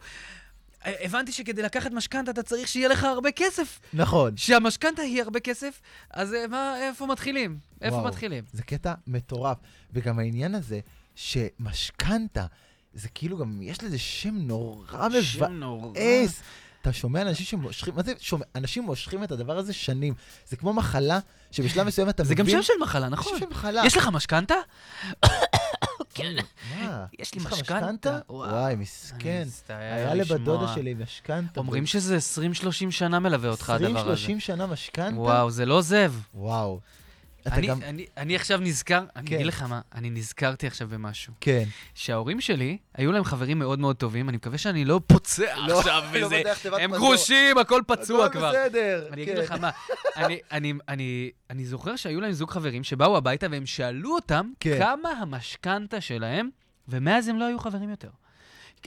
[SPEAKER 2] אה, הבנתי שכדי לקחת משכנתה אתה צריך שיהיה לך הרבה כסף.
[SPEAKER 3] נכון.
[SPEAKER 2] שהמשכנתה היא הרבה כסף, אז אה, מה, איפה מתחילים? איפה
[SPEAKER 3] וואו,
[SPEAKER 2] מתחילים?
[SPEAKER 3] זה קטע מטורף. וגם העניין הזה, שמשכנתה, זה כאילו גם, יש לזה שם נורא מבאס.
[SPEAKER 2] שם נורא.
[SPEAKER 3] מבאס. אתה שומע על אנשים שמושכים, מה זה שומע? אנשים מושכים את הדבר הזה שנים. זה כמו מחלה שבשלב מסוים אתה
[SPEAKER 2] זה
[SPEAKER 3] מבין...
[SPEAKER 2] גם שם של מחלה, נכון.
[SPEAKER 3] שם של מחלה.
[SPEAKER 2] יש לך משכנתה? כן.
[SPEAKER 3] מה?
[SPEAKER 2] יש לי משכנתה? וואו.
[SPEAKER 3] וואי,
[SPEAKER 2] אני
[SPEAKER 3] מסכן.
[SPEAKER 2] מצטער
[SPEAKER 3] כן. היה
[SPEAKER 2] לשמוע.
[SPEAKER 3] לבת דודה שלי משכנתה.
[SPEAKER 2] אומרים שזה 20-30 שנה מלווה אותך הדבר הזה.
[SPEAKER 3] 20-30 שנה משכנתה?
[SPEAKER 2] וואו, זה לא עוזב.
[SPEAKER 3] וואו. אתה
[SPEAKER 2] אני-
[SPEAKER 3] גם...
[SPEAKER 2] אני- אני עכשיו נזכר,
[SPEAKER 3] כן.
[SPEAKER 2] אני אגיד לך מה, אני נזכרתי עכשיו במשהו.
[SPEAKER 3] כן.
[SPEAKER 2] שההורים שלי, היו להם חברים מאוד מאוד טובים, אני מקווה שאני לא פוצע עכשיו
[SPEAKER 3] לא
[SPEAKER 2] וזה...
[SPEAKER 3] פותח תיבת
[SPEAKER 2] הם
[SPEAKER 3] מזור.
[SPEAKER 2] גרושים, הכל פצוע
[SPEAKER 3] הכל
[SPEAKER 2] כבר.
[SPEAKER 3] בסדר.
[SPEAKER 2] אני אגיד
[SPEAKER 3] כן.
[SPEAKER 2] לך מה, אני- אני- אני- אני זוכר שהיו להם זוג חברים שבאו הביתה והם שאלו אותם
[SPEAKER 3] כן.
[SPEAKER 2] כמה המשכנתה שלהם, ומאז הם לא היו חברים יותר.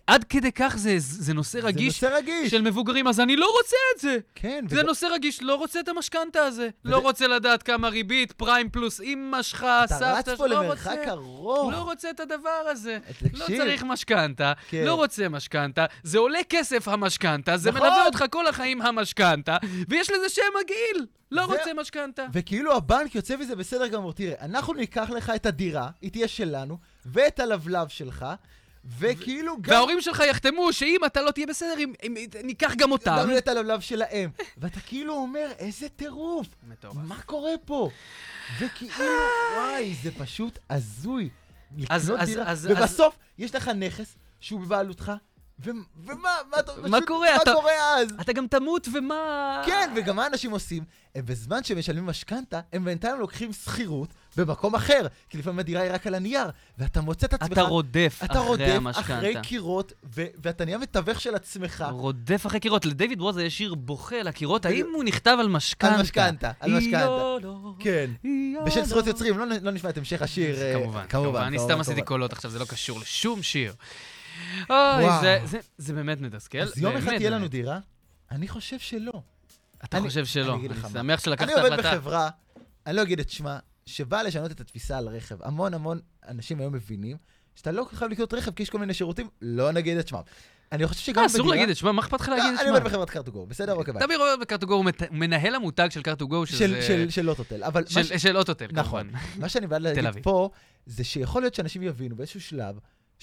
[SPEAKER 2] עד כדי כך זה- זה נושא רגיש
[SPEAKER 3] זה נושא רגיש.
[SPEAKER 2] של מבוגרים, אז אני לא רוצה את זה.
[SPEAKER 3] כן.
[SPEAKER 2] זה
[SPEAKER 3] וזה-
[SPEAKER 2] נושא רגיש, לא רוצה את המשכנתה הזה. לא
[SPEAKER 3] וזה-
[SPEAKER 2] רוצה לדעת כמה ריבית, פריים פלוס אמא שלך,
[SPEAKER 3] אתה רץ
[SPEAKER 2] סבתא שלך,
[SPEAKER 3] פה
[SPEAKER 2] לא
[SPEAKER 3] למרחק
[SPEAKER 2] רוצה.
[SPEAKER 3] ארוך.
[SPEAKER 2] לא רוצה את הדבר הזה.
[SPEAKER 3] אה, תקשיב.
[SPEAKER 2] לא צריך משכנתה,
[SPEAKER 3] כן.
[SPEAKER 2] לא רוצה משכנתה, זה עולה כסף המשכנתה, זה
[SPEAKER 3] נכון.
[SPEAKER 2] מלווה אותך כל החיים המשכנתה, ויש לזה שם מגעיל, לא
[SPEAKER 3] זה-
[SPEAKER 2] רוצה משכנתה.
[SPEAKER 3] וכאילו הבנק יוצא מזה בסדר גמור. תראה, אנחנו ניקח לך את הדירה, היא תהיה שלנו, ואת הלבלב שלך, וכאילו גם...
[SPEAKER 2] וההורים שלך יחתמו שאם אתה לא תהיה בסדר, אם- אם- ניקח גם אותם.
[SPEAKER 3] גם את הלבלב שלהם. ואתה כאילו אומר, איזה טירוף, מה קורה פה? וכאילו, וואי, זה פשוט הזוי.
[SPEAKER 2] אז-
[SPEAKER 3] לקנות
[SPEAKER 2] אז-
[SPEAKER 3] דירה,
[SPEAKER 2] אז-
[SPEAKER 3] ובסוף יש לך נכס שהוא בבעלותך, ו- ומה, מה אתה...
[SPEAKER 2] מה
[SPEAKER 3] פשוט,
[SPEAKER 2] קורה?
[SPEAKER 3] מה
[SPEAKER 2] אתה-
[SPEAKER 3] קורה אז?
[SPEAKER 2] אתה גם תמות ומה...
[SPEAKER 3] כן, וגם מה אנשים עושים? הם בזמן שהם משלמים משכנתה, הם בינתיים לוקחים שכירות במקום אחר, כי לפעמים הדירה היא רק על הנייר, ואתה מוצא את עצמך...
[SPEAKER 2] אתה רודף
[SPEAKER 3] אתה
[SPEAKER 2] אחרי
[SPEAKER 3] רודף אחרי
[SPEAKER 2] המשכנתה.
[SPEAKER 3] קירות, ו- ואתה נהיה מתווך של עצמך.
[SPEAKER 2] רודף אחרי קירות. לדייוויד ווזה יש שיר בוכה על הקירות,
[SPEAKER 3] בדיוק.
[SPEAKER 2] האם הוא נכתב על משכנתה?
[SPEAKER 3] על משכנתה, על משכנתה.
[SPEAKER 2] היא לא, לא.
[SPEAKER 3] כן.
[SPEAKER 2] היא
[SPEAKER 3] בשל
[SPEAKER 2] לא,
[SPEAKER 3] זכויות
[SPEAKER 2] לא.
[SPEAKER 3] יוצרים, לא נ- לא נשמע את המשך השיר. אה,
[SPEAKER 2] כמובן, כמובן. אני סתם עשיתי
[SPEAKER 3] כמובן.
[SPEAKER 2] קולות עכשיו, זה לא קשור לשום שיר. אוי,
[SPEAKER 3] וואו.
[SPEAKER 2] זה- זה- זה באמת מתסכל.
[SPEAKER 3] אז יום אחד
[SPEAKER 2] אה, באמת,
[SPEAKER 3] תהיה לנו
[SPEAKER 2] באמת.
[SPEAKER 3] דירה? אני חושב שלא.
[SPEAKER 2] אתה
[SPEAKER 3] אני-
[SPEAKER 2] חושב שלא.
[SPEAKER 3] אני אגיד לך
[SPEAKER 2] אני
[SPEAKER 3] מה.
[SPEAKER 2] שמח שלקחת
[SPEAKER 3] אני עובד
[SPEAKER 2] החלטה.
[SPEAKER 3] בחברה, אני לא אגיד את שמה, שבאה לשנות את התפיסה על רכב. המון המון אנשים היום מבינים שאתה לא חייב לקנות רכב כי יש כל מיני שירותים, לא נגיד את שמם. אני חושב שגם
[SPEAKER 2] אה,
[SPEAKER 3] בדירה... אה, לא,
[SPEAKER 2] אסור להגיד את שמה, מה אכפת לך להגיד את
[SPEAKER 3] אני אומר
[SPEAKER 2] שמה?
[SPEAKER 3] בחברת קרטוגו, בסדר? אוקיי, ביי.
[SPEAKER 2] תמיר עובד בקארטוגו, הוא מת- מנהל המותג של קארטוגו,
[SPEAKER 3] של-
[SPEAKER 2] שזה...
[SPEAKER 3] של- של לוטוטל. אבל מה
[SPEAKER 2] של-
[SPEAKER 3] ש-
[SPEAKER 2] של אוטוטל,
[SPEAKER 3] נכון.
[SPEAKER 2] כמובן.
[SPEAKER 3] מה שאני בא
[SPEAKER 2] תל
[SPEAKER 3] להגיד
[SPEAKER 2] אביב.
[SPEAKER 3] פה, זה שיכול להיות שאנשים יבינו באיזשהו שלב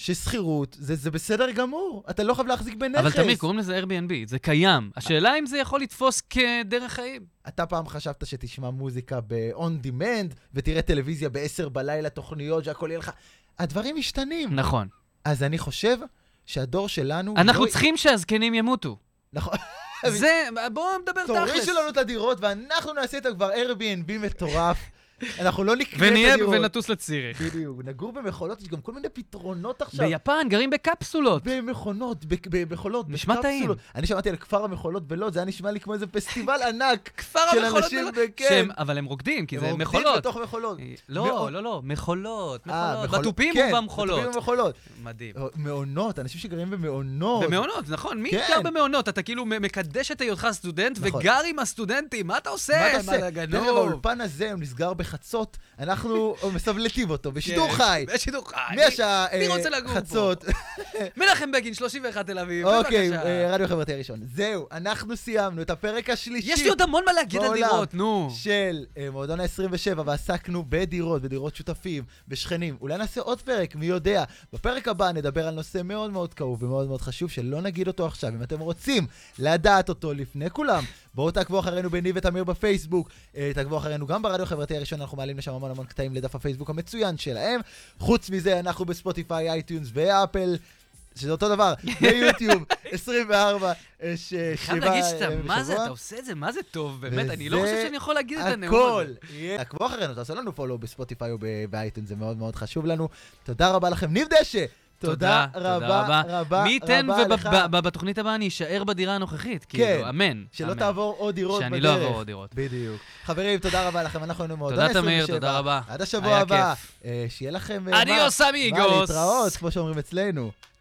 [SPEAKER 3] ששכירות זה זה בסדר גמור. אתה לא חייב להחזיק בנכס.
[SPEAKER 2] אבל תמיר, קוראים לזה Airbnb, זה קיים. השאלה אם זה יכול לתפוס כדרך חיים.
[SPEAKER 3] אתה פעם חשבת שתשמע מוזיקה ב-on demand, ותראה טלוויזיה ב-10 בלילה, תוכניות, שהכל יהיה לך... הדברים משתנים.
[SPEAKER 2] נכון.
[SPEAKER 3] אז אני חושב שהדור שלנו...
[SPEAKER 2] אנחנו
[SPEAKER 3] לא-
[SPEAKER 2] צריכים שהזקנים ימותו.
[SPEAKER 3] נכון.
[SPEAKER 2] זה, בואו נדבר
[SPEAKER 3] תורישו
[SPEAKER 2] תכלס.
[SPEAKER 3] לנו את הדירות, ואנחנו נעשה את כבר Airbnb מטורף. אנחנו לא נקנה את
[SPEAKER 2] ונהיה
[SPEAKER 3] הדירות.
[SPEAKER 2] ונטוס לציריך.
[SPEAKER 3] בדיוק, נגור במכולות, יש גם כל מיני פתרונות עכשיו.
[SPEAKER 2] ביפן גרים בקפסולות.
[SPEAKER 3] במכונות, ב- ב- במכולות,
[SPEAKER 2] נשמע טעים.
[SPEAKER 3] בקפסולות. אני שמעתי על כפר המכולות בלוד, זה היה נשמע לי כמו איזה פסטיבל ענק.
[SPEAKER 2] כפר
[SPEAKER 3] של
[SPEAKER 2] המכולות
[SPEAKER 3] אנשים,
[SPEAKER 2] בלוד.
[SPEAKER 3] כן.
[SPEAKER 2] שהם- אבל הם רוקדים, כי
[SPEAKER 3] הם
[SPEAKER 2] זה
[SPEAKER 3] רוקדים
[SPEAKER 2] מכולות.
[SPEAKER 3] בתוך מכולות.
[SPEAKER 2] אה, לא,
[SPEAKER 3] מאוד.
[SPEAKER 2] לא, לא, מכולות,
[SPEAKER 3] אה,
[SPEAKER 2] מכולות.
[SPEAKER 3] מכולות.
[SPEAKER 2] בתופים
[SPEAKER 3] כן,
[SPEAKER 2] ובמכולות.
[SPEAKER 3] בתופים ובמכולות.
[SPEAKER 2] מדהים.
[SPEAKER 3] מעונות, אנשים שגרים במעונות.
[SPEAKER 2] במעונות, נכון? מי
[SPEAKER 3] כן.
[SPEAKER 2] גר במעונות? אתה כאילו מ- מקדש את היותך סטודנט
[SPEAKER 3] נכון.
[SPEAKER 2] וגר עם הסטודנטים, מה אתה עושה?
[SPEAKER 3] מה אתה עושה?
[SPEAKER 2] מה
[SPEAKER 3] דרך אגב,
[SPEAKER 2] הגנוב?
[SPEAKER 3] האולפן הזה, הוא נסגר בחצות, אנחנו מסבלטים אותו בשידור
[SPEAKER 2] כן,
[SPEAKER 3] חי.
[SPEAKER 2] בשידור חי.
[SPEAKER 3] מהשעה
[SPEAKER 2] אני
[SPEAKER 3] אה,
[SPEAKER 2] רוצה לגור פה.
[SPEAKER 3] חצות.
[SPEAKER 2] מנחם בגין, 31 תל אביב,
[SPEAKER 3] אוקיי,
[SPEAKER 2] בבקשה.
[SPEAKER 3] אה, רדיו חברתי הראשון. זהו, אנחנו סיימנו את הפרק השלישי.
[SPEAKER 2] יש לי עוד המון מה להגיד על
[SPEAKER 3] בעולם
[SPEAKER 2] דירות, נו.
[SPEAKER 3] של אה, מועדון ה-27, ועסקנו בדירות, בדירות שותפים, בשכנים. אולי נעשה עוד פרק, מי יודע. בפרק הבא נדבר על נושא מאוד מאוד כאוב ומאוד מאוד חשוב, שלא נגיד אותו עכשיו. אם אתם רוצים לדעת אותו לפני כולם, בואו תעקבו אחרינו בני ותמיר בפייסבוק, אה, תעקבו אחרינו גם ברדיו החברתי הראשון, אנחנו מעלים לשם המון המון קטעים לדף הפייסבוק המצוין שלהם. חוץ מזה, אנחנו בספוטיפיי, אייטיונס ואפל. שזה אותו דבר, ביוטיוב, 24, אה, ש...
[SPEAKER 2] חייב
[SPEAKER 3] שבעה
[SPEAKER 2] להגיד שאתה,
[SPEAKER 3] ימים
[SPEAKER 2] מה זה,
[SPEAKER 3] בשבוע.
[SPEAKER 2] אתה עושה את זה, מה זה טוב, באמת, אני לא
[SPEAKER 3] וזה
[SPEAKER 2] חושב שאני יכול להגיד את הנאום
[SPEAKER 3] הכל.
[SPEAKER 2] הזה.
[SPEAKER 3] יהיה- תעקבו אחרינו, תעשו לנו פולו בספוטיפיי או באייטון, זה מאוד מאוד חשוב לנו. תודה רבה לכם. ניב דשא! תודה רבה רבה
[SPEAKER 2] מי ייתן
[SPEAKER 3] רבה לך.
[SPEAKER 2] ובתוכנית הבאה אני אשאר בדירה הנוכחית, כאילו, אמן.
[SPEAKER 3] כן, שלא
[SPEAKER 2] אמן.
[SPEAKER 3] תעבור עוד דירות בדרך.
[SPEAKER 2] שאני לא אעבור עוד דירות.
[SPEAKER 3] בדיוק. חברים, תודה רבה לכם, אנחנו היינו מאוד
[SPEAKER 2] תודה, תמיר, תודה רבה.
[SPEAKER 3] עד השבוע
[SPEAKER 2] היה
[SPEAKER 3] הבא.
[SPEAKER 2] כיף.
[SPEAKER 3] אה, שיהיה לכם... אה, מה-
[SPEAKER 2] אדיוס,
[SPEAKER 3] מה
[SPEAKER 2] אמיגוס.
[SPEAKER 3] להתראות, כמו שאומרים אצלנו.